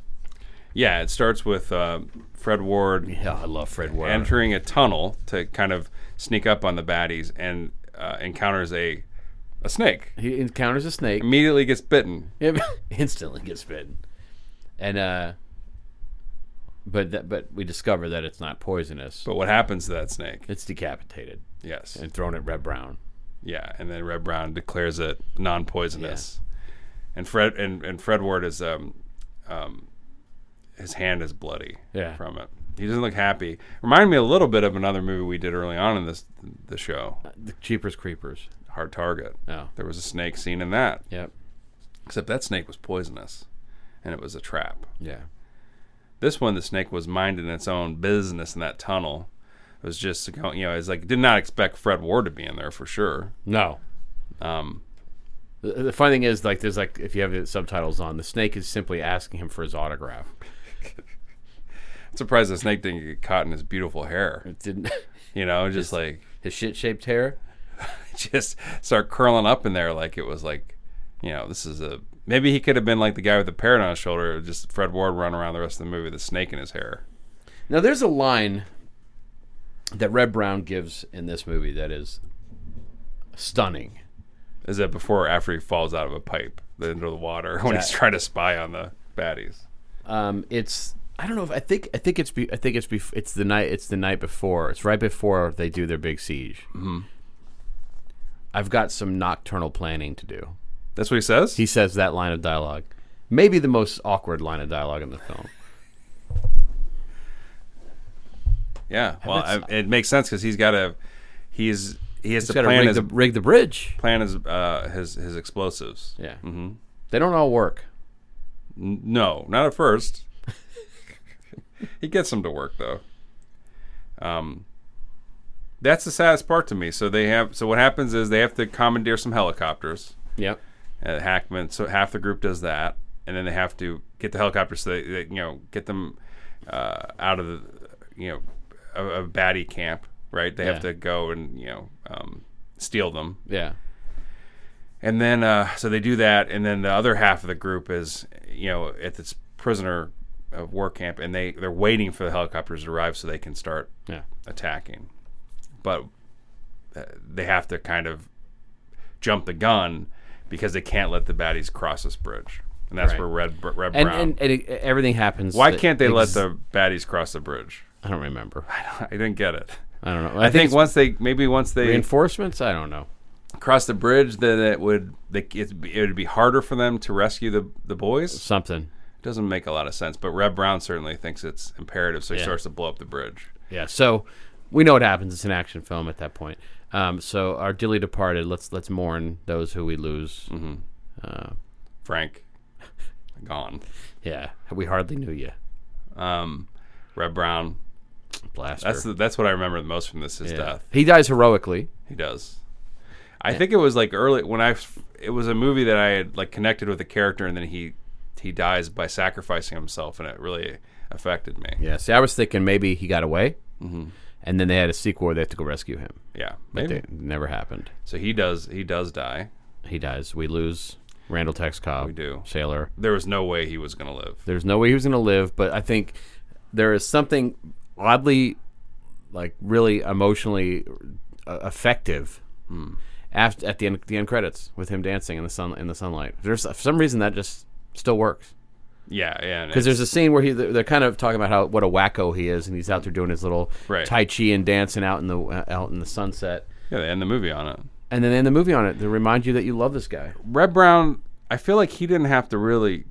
yeah. It starts with uh, Fred Ward
Yeah, I love Fred Ward.
entering a tunnel to kind of sneak up on the baddies and uh, encounters a a snake.
he encounters a snake.
Immediately gets bitten.
Him instantly gets bitten. And uh but that, but we discover that it's not poisonous.
But what happens to that snake?
it's decapitated
Yes.
and thrown at Red Brown.
Yeah, and then Red Brown declares it non-poisonous, and Fred and, and Fred Ward is um, um, his hand is bloody
Yeah.
from it. He doesn't look happy. Reminded me a little bit of another movie we did early on in this the show,
The Jeepers Creepers.
Hard Target.
Oh,
There was a snake scene in that,
yep,
except that snake was poisonous, and it was a trap.
yeah.
This one, the snake was minding its own business in that tunnel. It was just going, you know, it's like did not expect Fred Ward to be in there for sure.
No,
Um,
The, the funny thing is, like, there's like, if you have the subtitles on, the snake is simply asking him for his autograph.
surprised the snake didn't get caught in his beautiful hair.
It didn't
You know, just like
his shit shaped hair.
just start curling up in there like it was like, you know, this is a maybe he could have been like the guy with the parrot on his shoulder, just Fred Ward running around the rest of the movie with a snake in his hair.
Now, there's a line that Red Brown gives in this movie that is stunning.
Is that before or after he falls out of a pipe into the water when he's
That-
trying to spy on the baddies?
Um, it's I don't know if I think I think it's be, I think it's bef- it's the night it's the night before it's right before they do their big siege. Mm-hmm. I've got some nocturnal planning to do.
That's what he says.
He says that line of dialogue, maybe the most awkward line of dialogue in the film.
yeah, well, I,
That's-
it makes sense because he's got to, he's he has
He's
to
got to
plan
rig
his
the, rig the bridge.
plan his uh, his his explosives.
Yeah, they don't all work.
N- No, not at first. he gets them to work though. Um, that's the saddest part to me. So they have. So what happens is they have to commandeer some helicopters.
Yep.
Uh, Hackman. So half the group does that, and then they have to get the helicopters. So they, they you know get them uh, out of the you know a, a baddie camp. Right. They have
Yeah.
to go and you know um, steal them.
Yeah.
And then, uh, so they do that, and then the other half of the group is, you know, at this prisoner of war camp, and they they're waiting for the helicopters to arrive so they can start
Yeah.
attacking. But uh, they have to kind of jump the gun because they can't let the baddies cross this bridge, and that's
Right.
where Red Br- Red
And
Brown.
and, and it, everything happens.
Why
that
can't they let
ex-
the baddies cross the bridge?
I don't remember.
I didn't get it.
I don't know.
I, think,
it's
once they maybe once they
reinforcements. I don't know.
cross the bridge, then it would they, it'd be- it would be harder for them to rescue the the boys.
Something.
doesn't make a lot of sense, but Red Brown certainly thinks it's imperative, so he
Yeah.
starts to blow up the bridge.
Yeah. So we know what happens. It's an action film at that point. Um, so our dearly departed. Let's let's mourn those who we lose.
Mm-hmm. Frank, gone.
Yeah. We hardly knew you.
Um, Red Brown.
Blaster.
That's the, that's what I remember the most from this. His
Yeah.
death.
He dies heroically.
He does. I think it was like early when I. f- It was a movie that I had like connected with a character, and then he he dies by sacrificing himself, and it really affected me. Yeah,
Yeah. See, I was thinking maybe he got away, and then they had a sequel where they had to go rescue him. But
Mm-hmm. maybe.
they- never happened.
So he does. He does die.
He dies. We lose Randall Tex Cobb.
We do.
Sailor.
There was no way he was gonna live.
There's no way he was going to live, but I think there is something oddly, like really emotionally uh, effective hmm, after at the end the end credits with him dancing in the sun in the sunlight. There's for some reason that just still works
Yeah, yeah. and
because there's a scene where he they're they're kind of talking about how what a wacko he is, and he's out there doing his little
Right.
tai chi and dancing out in the uh, out in the sunset.
yeah, they end the movie on it.
And then they end the movie on it to remind you that you love this guy.
Red Brown, I feel like he didn't have to really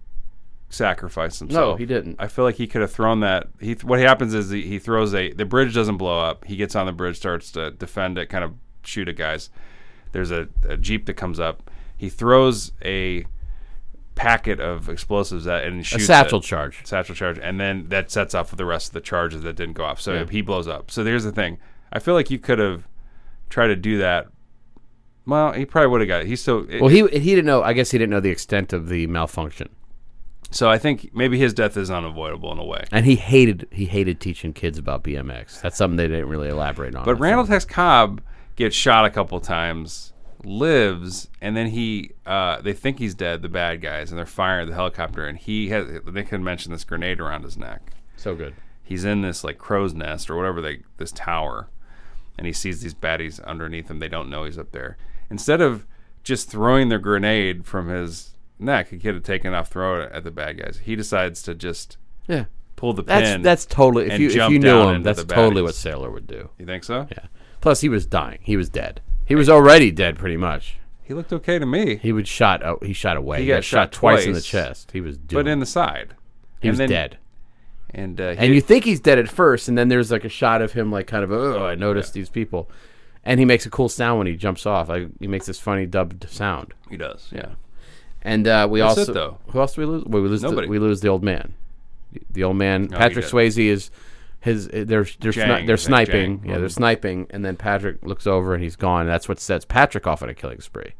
sacrifice himself.
he didn't.
I feel like he could have thrown that. He what happens is he, he throws a the bridge doesn't blow up. He gets on the bridge, starts to defend it, kind of shoot at guys. There's a, a jeep that comes up. He throws a packet of explosives at and
A
shoots
satchel
it.
charge.
satchel charge, and then that sets off the rest of the charges that didn't go off. So
Yeah.
he blows up. So here's the thing. I feel like you could have tried to do that. Well, he probably would have got. It. He's so
Well, he he didn't know. I guess he didn't know the extent of the malfunction.
So I think maybe his death is unavoidable in a way.
And he hated he hated teaching kids about BMX. That's something they didn't really elaborate on.
But Randall Tex Cobb gets shot a couple times, lives, and then he uh, they think he's dead, the bad guys, and they're firing the helicopter, and he has they can mention this grenade around his neck.
so good.
He's in this like crow's nest or whatever they this tower, and he sees these baddies underneath him. They don't know he's up there. Instead of just throwing the grenade from his neck, he could have taken off, throw it at the bad guys. He decides to just
Yeah,
pulled the
That's
pin.
that's totally. If
and
you if
jump
you knew
down
him,
into
that's
the
totally
baddies.
what Sailor would do.
You think so?
Yeah. Plus, he was dying. He was dead. He was already dead, pretty much.
He looked okay to me,
He would shot. Oh, he shot away.
He
He,
got
got, shot,
shot
twice, in the
twice,
chest. He was doomed.
but in the side.
he
and
was
then-
dead.
And uh, he
And you think he's dead at first, and then there's like a shot of him, like kind of. Oh, I noticed these people, and he makes a cool sound when he jumps off. Like he makes this funny dubbed sound.
he does. Yeah.
And uh, we
That's
also
it, though.
who else do we lose? Well, we lose
Nobody. Oh,
The, we lose the old man. The old man Patrick
did.
Swayze is his. They're they're,
Jang, Mm-hmm.
sni- they're
is that
sniping.
Jang?
Yeah, they're sniping, and then Patrick looks over and he's gone. And that's what sets Patrick off on a killing spree,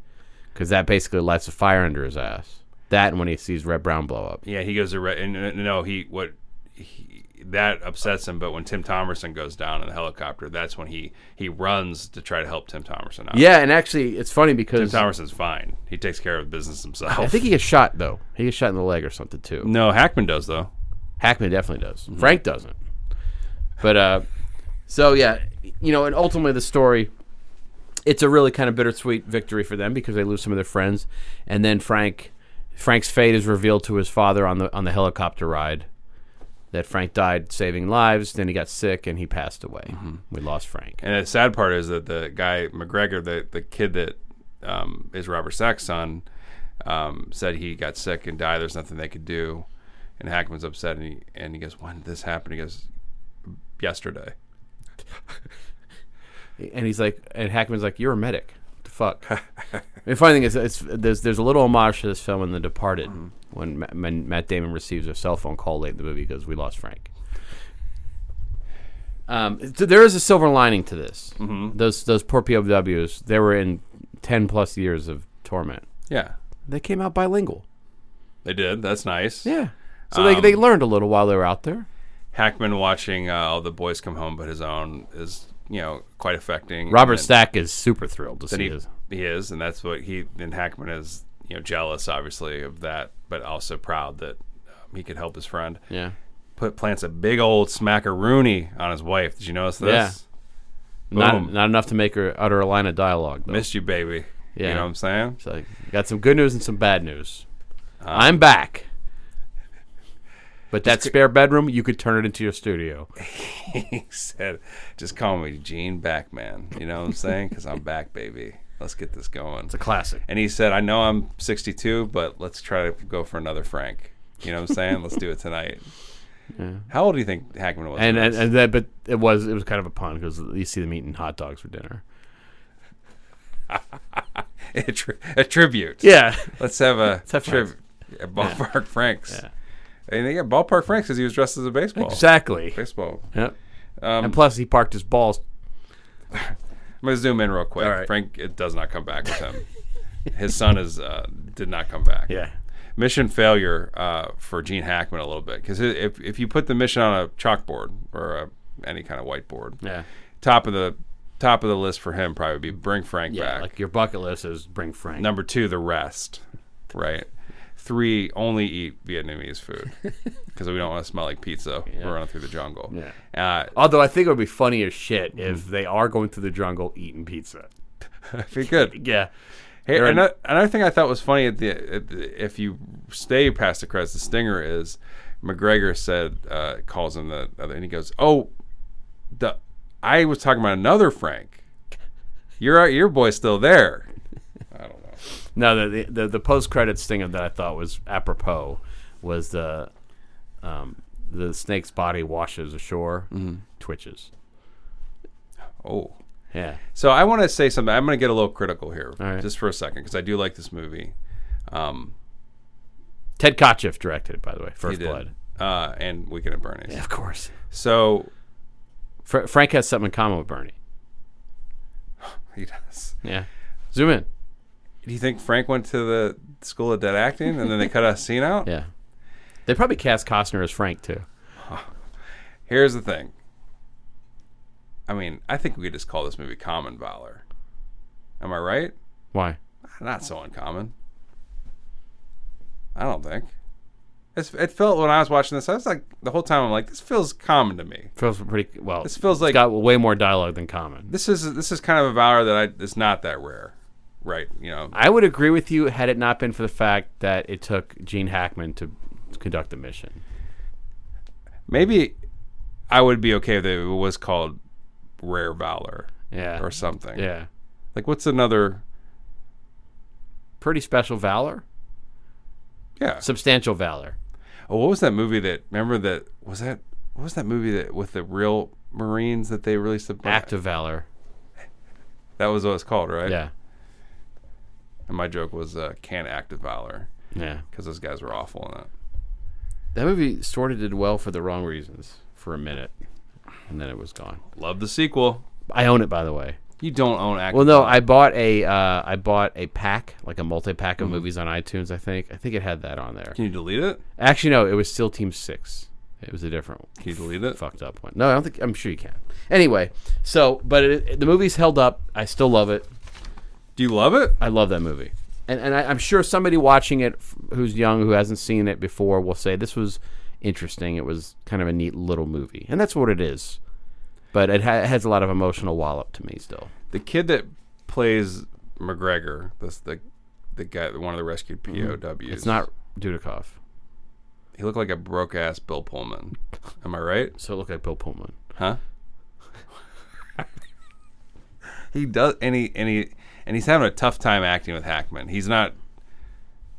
because that basically lights a fire under his ass. That and when he sees Red Brown blow up.
Yeah, he goes to red. And, and no, he what he, that upsets him. But when Tim Thomerson goes down in the helicopter, that's when he he runs to try to help Tim Thomerson out.
Yeah, and actually, it's funny
Tim
because
Thomerson's fine. He takes care of business himself.
I think he gets shot though. He gets shot in the leg or something too.
no, Hackman does though.
Hackman definitely does. Frank doesn't. But uh, so yeah, you know, and ultimately the story, it's a really kind of bittersweet victory for them because they lose some of their friends, and then Frank, Frank's fate is revealed to his father on the on the helicopter ride, that Frank died saving lives. Then he got sick and he passed away. We lost Frank.
And the sad part is that the guy McGregor, the the kid that um, is Robert Sack's son, um, said he got sick and died. There's nothing they could do. And Hackman's upset, and he and he goes, "When did this happen?" He goes, "Yesterday."
and he's like, and Hackman's like, "You're a medic." The fuck. the funny thing is, it's, there's there's a little homage to this film in The Departed when, Ma- when Matt Damon receives a cell phone call late in the movie because we lost Frank. Um, th- there is a silver lining to this. Those those poor POWs, they were in ten plus years of torment.
Yeah,
They came out bilingual. Um,
they did. That's nice.
Yeah. So they, they learned a little while they were out there.
Hackman watching uh, all the boys come home, but his own is you know quite affecting.
Robert
And
Stack is super thrilled to
then
see
he,
this.
he is, and that's what he and Hackman is you know jealous, obviously, of that, but also proud that um, he could help his friend.
Yeah.
Put plants a big old smackaroony on his wife. Did you notice this?
Not,
Boom.
not enough to make her utter a line of dialogue. Though.
Missed you, baby.
Yeah.
You know what I'm saying?
So got some good news and some bad news. I'm back. But that spare bedroom, you could turn it into your studio.
He said, "Just call me Gene Backman." You know what I'm saying? Because I'm back, baby. Let's get this going.
classic.
And he said, I know I'm 62, but let's try to go for another Frank. You know what I'm saying? let's do it tonight. How old do you think Hackman was?
And
when
and,
this-
and that, but it was it was kind of a pun because you see them eating hot dogs for dinner.
a, tri- a tribute.
Yeah,
Let's have a,
have
tribute. A ballpark Franks. And they got ballpark Franks because he was dressed as a baseball.
exactly.
Baseball.
Yep. and plus, he parked his balls.
I'm gonna zoom in real quick.
All right.
Frank, it does not come back with him. His son is uh, did not come back. mission failure uh, for Gene Hackman a little bit because if if you put the mission on a chalkboard or a, any kind of whiteboard,
Yeah.
top of the top of the list for him probably would be bring Frank
yeah.
back.
Like your bucket list is bring Frank.
Number two, the rest, right? Three, only eat Vietnamese food because we don't want to smell like pizza. We're running through the jungle. Uh,
Although I think it would be funny as shit if they are going through the jungle eating pizza.
that'd be good.
Yeah.
Hey,
Aaron-
another, another thing I thought was funny at the, at the if you stay past the credits, the stinger is McGregor said uh, calls him the other, and he goes, "Oh, the I was talking about another Frank. Your your boy's still there." I don't know.
No, the the, the post credits thing that I thought was apropos was the um, the snake's body washes ashore,
Mm-hmm.
twitches.
Oh,
Yeah,
so I want to say something. I'm going to get a little critical here,
right.
just for a second, because I do like this movie. Um,
Ted Kotcheff directed it, by the way.
he
First
did,
Blood,
uh, and Weekend at Bernie's.
of course.
So
Fr- Frank has something in common with Bernie.
he does.
Yeah, zoom in.
Do you think Frank went to the School of Dead Acting, and then they cut a scene out?
Yeah, they probably cast Costner as Frank too.
Here's the thing. I mean, I think we could just call this movie Common Valor. Am I right?
Why?
Not so uncommon. I don't think. It's, it felt when I was watching this, I was like the whole time. I'm like, this feels common to me.
Feels pretty well.
This feels like-
it's got way more dialogue than common.
This is this is kind of a valor that I is not that rare, right? You know,
I would agree with you had it not been for the fact that it took Gene Hackman to conduct the mission.
Maybe I would be okay if it was called Rare Valor
Yeah.
or something.
Yeah.
Like what's another?
Pretty special valor.
Yeah.
Substantial valor.
Oh, what was that movie that? Remember that? Was that? What was that movie that with the real Marines that they released the
Act of valor.
That was what it's called, right?
Yeah.
And my joke was uh, "Can't act of valor"
Yeah.
because those guys were awful in it.
That movie sort of did well for the wrong reasons for a minute, and then it was gone.
Love the sequel.
I own it, by the way.
You don't own act.
Well,
of
no,
Valor.
I bought a uh, I bought a pack, like a multi pack of movies on iTunes. I think I think it had that on there.
Can you delete it?
Actually, no, it was still Team Six. It was a different
Can you delete it?
fucked up one. No, I don't think. I'm sure you can. Anyway, so but it, it- the movie's held up. I still love it.
Do you love it?
I love that movie, and and I, I'm sure somebody watching it f- who's young who hasn't seen it before will say this was interesting. It was kind of a neat little movie, and that's what it is. But it, ha- it has a lot of emotional wallop to me still.
The kid that plays McGregor, that's the the guy, one of the rescued POWs.
Mm-hmm. It's not Dudikoff,
He looked like a broke ass Bill Pullman. Am I right?
so it looked like Bill Pullman.
Huh? he does, and he and he and he's having a tough time acting with Hackman. He's not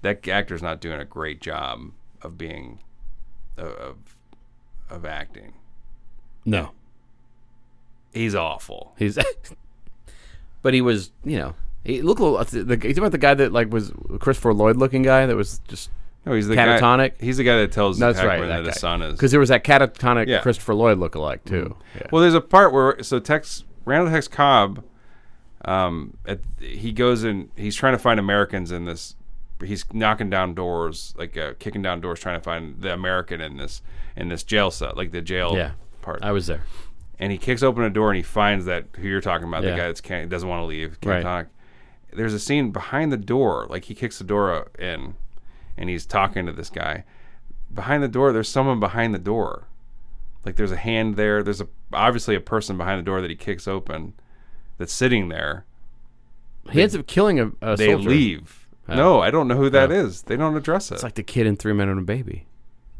that actor's not doing a great job of being uh, of of acting.
No,
He's awful.
he's. but he was, you know, he looked a little. The, the, you talking about the guy that like was Christopher Lloyd looking guy that was just
No, he's the
Catatonic?
Guy, he's the guy that tells
No, that's
Hackman
right.
that, his son is
because there was that catatonic
Yeah. Mm-hmm.
Christopher Lloyd lookalike too. Yeah.
Well, there's a part where so Tex Randall Tex Cobb, um, at, he goes and he's trying to find Americans in this. He's knocking down doors, like uh, kicking down doors, trying to find the American in this in this jail cell, like the jail
Yeah.
part.
I was there.
and he kicks open a door and he finds that who you're talking about,
Yeah.
the guy that's can't, doesn't want to leave,
Right.
can't talk. There's a scene behind the door, like he kicks the door o- in, and he's talking to this guy. Behind the door, there's someone behind the door. Like there's a hand there. There's a obviously a person behind the door that he kicks open, that's sitting there.
He ends up killing a, a
They
soldier.
leave. No, I don't know who that is. They don't address it.
It's like the kid in Three Men and a Baby.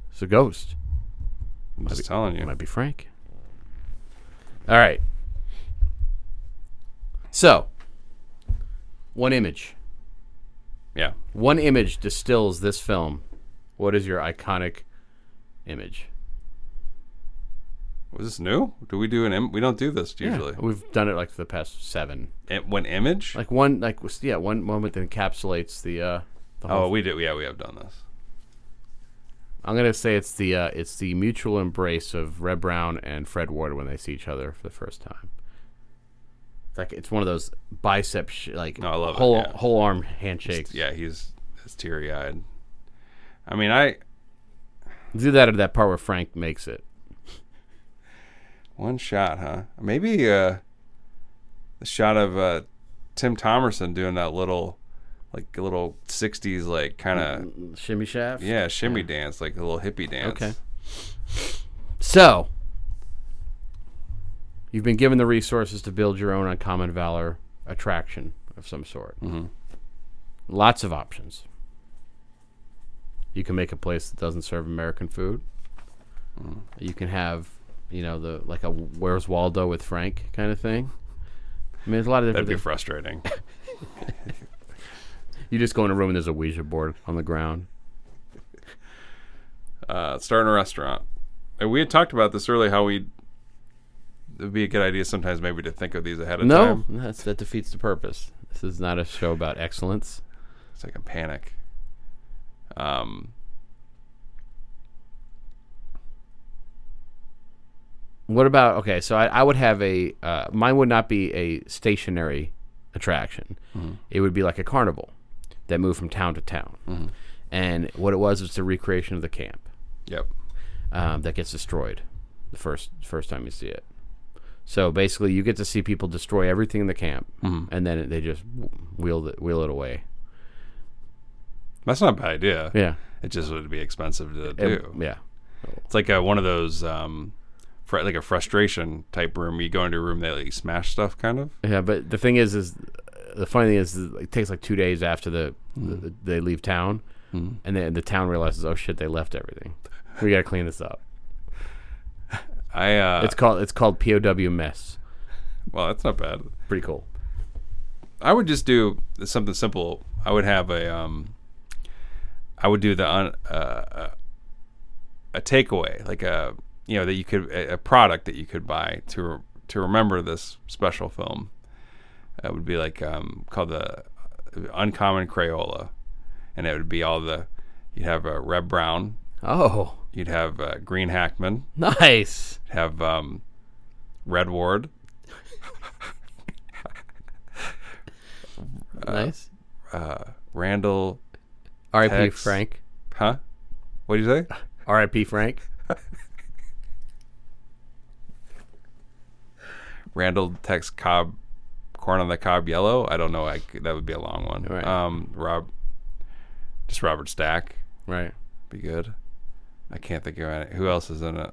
It's a ghost.
I'm just telling
It
you.
might be Frank. All right. So, one image.
Yeah.
One image distills this film. What is your iconic image?
Was this new? Do we do an? Im- we don't do this usually.
We've done it like for the past seven.
It- when image?
Like one, like was- yeah, one moment that encapsulates the. uh the whole
oh, we did. Yeah, we have done this.
I'm gonna say it's the uh, it's the mutual embrace of Red Brown and Fred Ward when they see each other for the first time. It's Like it's one of those bicep sh- like
No, I love it,
whole
yeah.
whole arm handshakes.
yeah, he's that's teary eyed. I mean, I
do that at that part where Frank makes it.
one shot, huh? Maybe uh, the shot of uh, Tim Thomerson doing that little, like a little '60s, like kind of
mm, Shimmy shaft.
yeah, shimmy dance, like a little hippie dance.
Okay. So you've been given the resources to build your own uncommon valor attraction of some sort. Mm-hmm. Lots of options. You can make a place that doesn't serve American food.
Mm.
You can have, you know, the like a Where's Waldo with Frank kind of thing. I mean, there's a lot of different.
that'd be
things.
frustrating.
you just go in a room and there's a Ouija board on the ground.
uh, starting a restaurant. And we had talked about this earlier, how we it'd be a good idea sometimes maybe to think of these ahead of
No,
time.
that's, that defeats the purpose. This is not a show about excellence.
It's like a panic. Um,
What about okay? So I, I would have a uh, mine would not be a stationary attraction. It would be like a carnival that moved from town to town. And what it was was the recreation of the camp
yep.
um, that gets destroyed the first first time you see it. So basically, you get to see people destroy everything in the camp, and then they just wheel it, wheel it away.
That's not a bad idea.
Yeah,
It just would be expensive to do.
It- yeah.
It's like a, one of those, um, fr- like a frustration type room. You go into a room that like smash stuff, kind of.
Yeah, but the thing is, is the funny thing is, is it takes like two days after the, the they leave Hmm. town, and then the town realizes, oh shit, they left everything. We gotta clean this up.
I uh,
It's called it's called POW mess.
well, that's not bad.
Pretty cool.
I would just do something simple. I would have a um, I would do the un, uh, uh, a takeaway like a you know that you could a, a product that you could buy to re- to remember this special film. It would be like um, called the Uncommon Crayola, and it would be all the you'd have uh, Reb Brown,
Oh,
you'd have uh, Green Hackman,
nice.
have um, Red Ward,
nice.
Randall,
R.I.P.
Tex.
Frank.
huh? What did you say?
R.I.P. Frank.
Randall Tex Cobb, corn on the cob yellow. I don't know. I c that would be a long one.
Right.
Um, Rob, just Robert Stack,
Right.
be good. I can't think of any. Who else is in it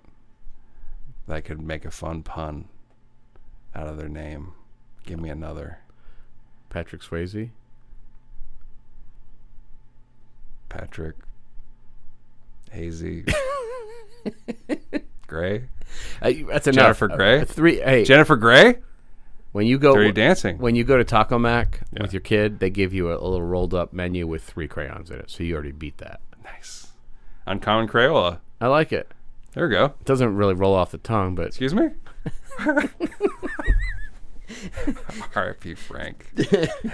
that I could make a fun pun out of their name? Give me another
Patrick Swayze. Uh,
Patrick, Hazy, Gray,
Uh, that's enough.
Jennifer
Uh,
Grey?
three. Hey,
Jennifer Gray,
when you go
Dirty Dancing.
when you go to Taco Mac with your kid, they give you a, a little rolled up menu with three crayons in it. So you already beat that.
nice. Uncommon Crayola.
I like it.
There we go.
It doesn't really roll off the tongue, but
Excuse me? R.I.P. Frank.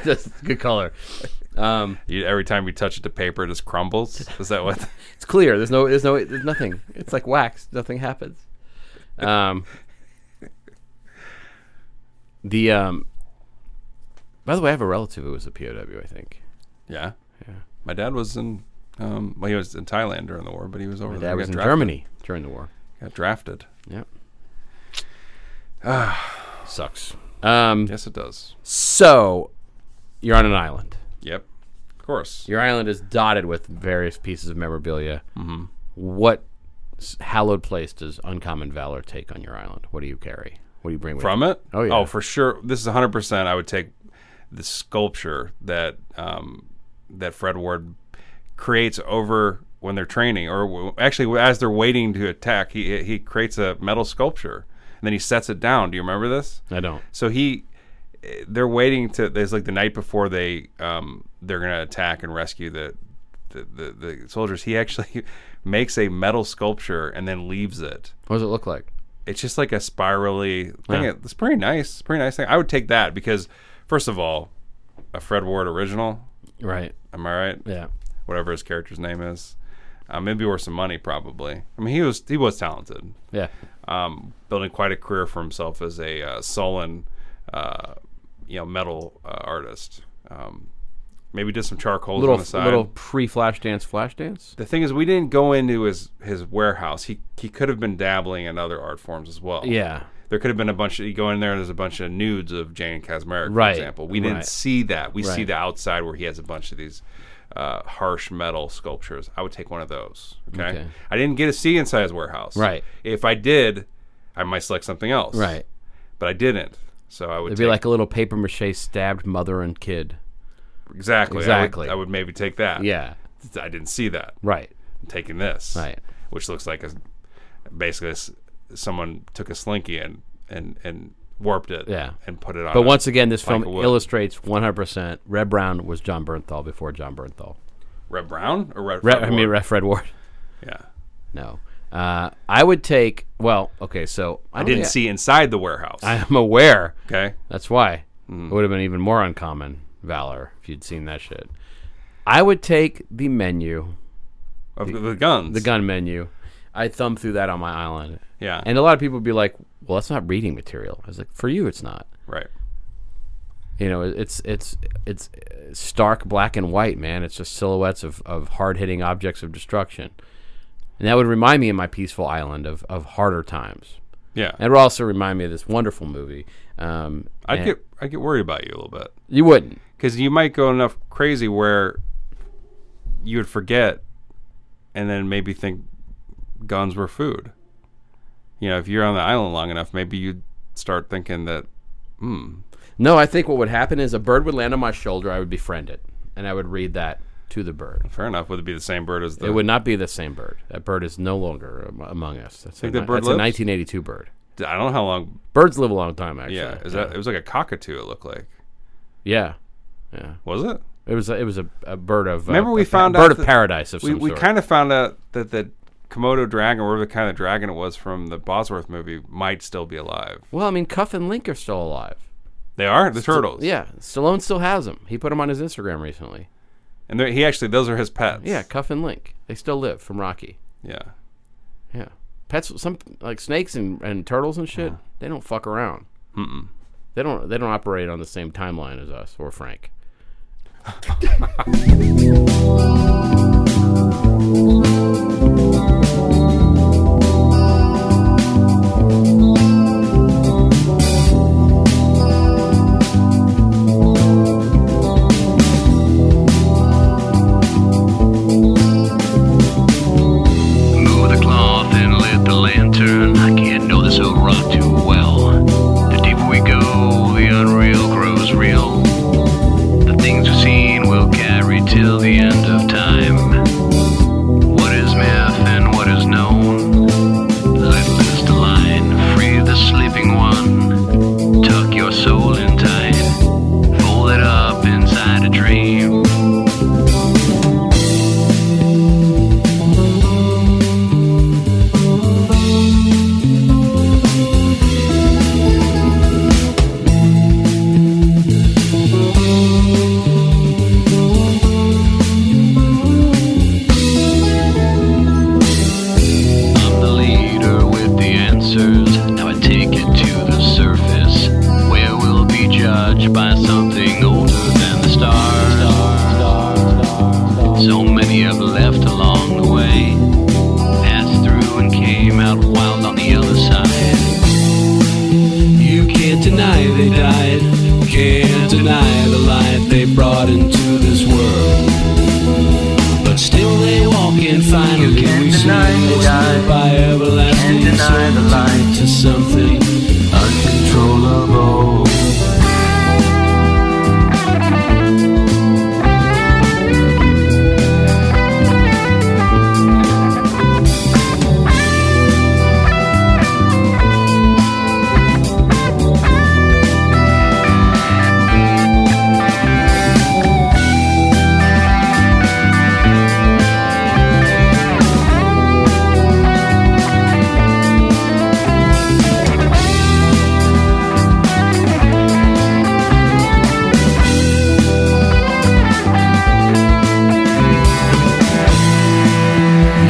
that's good color. Um,
You, every time you touch it to paper, it just crumbles. Is that what?
it's clear. There's no. There's no. There's nothing. It's like wax. Nothing happens. Um, the um. By the way, I have a relative who was a POW. I think
yeah. Yeah. My dad was in, um, well, he was in Thailand during the war, but he was over
my
there.
dad
He
was in
Oh, got drafted-
Germany during the war.
Got drafted.
Yep. Sucks. Um.
Yes, it does.
So, you're on an island.
Yep. Of course.
Your island is dotted with various pieces of memorabilia. Mm-hmm. What s- hallowed place does Uncommon Valor take on your island? What do you carry? What do you bring with
From
you?
it?
Oh, yeah.
Oh, for sure. This is 100%. I would take the sculpture that um, that Fred Ward creates over when they're training, or w- actually as they're waiting to attack. He he creates a metal sculpture and then he sets it down. Do you remember this?
I don't.
So he, they're waiting to. There's like the night before they um they're gonna attack and rescue the the the, the soldiers. He actually makes a metal sculpture and then leaves it.
What does it look like?
It's just like a spirally thing.
Yeah.
It's pretty nice. It's a pretty nice thing. I would take that because first of all, a Fred Ward original.
Right.
Am I right?
Yeah.
Whatever his character's name is. Uh, maybe worth some money, probably. I mean, he was he was talented
Yeah.
um, building quite a career for himself as a uh, sullen, uh, you know, metal uh, artist. Um, maybe did some charcoals
Little
on the side.
little pre flash dance flash dance.
The thing is, we didn't go into his his warehouse. He he could have been dabbling in other art forms as well.
Yeah.
There could have been a bunch. Of, you go in there, and there's a bunch of nudes of Jane Kazmarek,
Right,
for example. We didn't
right.
see that. We see
Right.
the outside where he has a bunch of these uh, harsh metal sculptures. I would take one of those. Okay?
Okay.
I didn't get to see inside his warehouse.
Right.
If I did, I might select something else.
Right.
But I didn't. So I would
It'd
take,
be like a little paper mache stabbed mother and kid.
exactly I would-
Exactly.
I would, maybe take that.
Yeah.
I didn't see that.
Right.
I'm taking this.
Right.
Which looks like a basically s someone took a slinky and and and warped it.
Yeah.
And put it on.
But
Uh, a-
once again, this
plank
film
of wood.
illustrates 100% Red Brown was John Bernthal before John Bernthal.
Red Brown or Red.
Red,
Fred
I mean,
Ward?
Red Oh, Fred Ward.
Yeah.
No. Uh, I would take. Well, okay, so
I didn't
don't think
see inside the warehouse.
I, I'm aware.
okay.
That's why
Hmm.
it would have been even more uncommon valor if you'd seen that shit. I would take the menu,
Of the, guns.
the gun menu. I thumb through that on my island,
Yeah.
and a lot of people would be like, "Well, that's not reading material." I was like, "For you, it's not."
right.
You know, it's it's it's stark black and white, man. It's just silhouettes of, of hard hitting objects of destruction, and that would remind me of my peaceful island of of harder times.
Yeah.
And it would also remind me of this wonderful movie. Um,
I'd
and-
get I get worried about you a little bit
you wouldn't.
because you might go enough crazy where you would forget, and then maybe think guns were food. You know, if you're on the island long enough, maybe you'd start thinking that.
No, I think what would happen is a bird would land on my shoulder. I would befriend it, and I would read that to the bird.
Fair enough. Would it be the same bird as the?
It would not be the same bird. That bird is no longer am- among us. That's, a,
Think that
ni-
bird
that's
lives?
a 1982 bird.
I don't know how long.
Birds live a long time, actually.
Yeah, is that? It was like a cockatoo. It looked like.
yeah.
Was it?
It was a, it was a, a bird of uh,
Remember we
a pa-
found
bird
out
of
that-
paradise of
We,
some
we
sort.
kind of found out that the Komodo dragon, or whatever the kind of dragon it was from the Bosworth movie, might still be alive.
well, I mean, Cuff and Link are still alive.
They are the turtles.
Yeah, Stallone still has them. He put them on his Instagram recently.
and they're- he actually those are his pets.
Yeah, Cuff and Link. They still live from Rocky.
yeah.
Yeah, pets. Some like snakes and, and turtles and shit. They don't fuck around. Mm-mm. They don't. They don't operate on the same timeline as us or Frank.
Move the cloth and lit the lantern. I can't know this old rock too well. The deeper we go, the unreal grows real. The things we've seen will carry till the end of time. What is myth and what is known? Let loose the line, free the sleeping one. Tuck your soul in tight, fold it up inside a dream. I'm the leader with the answers. Now I take it to the surface, where we'll be judged by something older than the stars. So many have left along the way, passed through and came out wild on the other side. You can't deny they died, can't deny the light they brought into this world. But still they walk and finally we deny the by everlasting deny the light to something uncontrollable.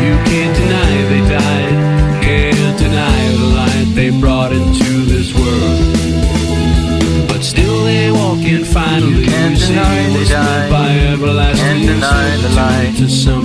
You can't deny they died, can't deny the light they brought into this world. But still they walk and finally you can't deny they died by everlasting can't deny the light to some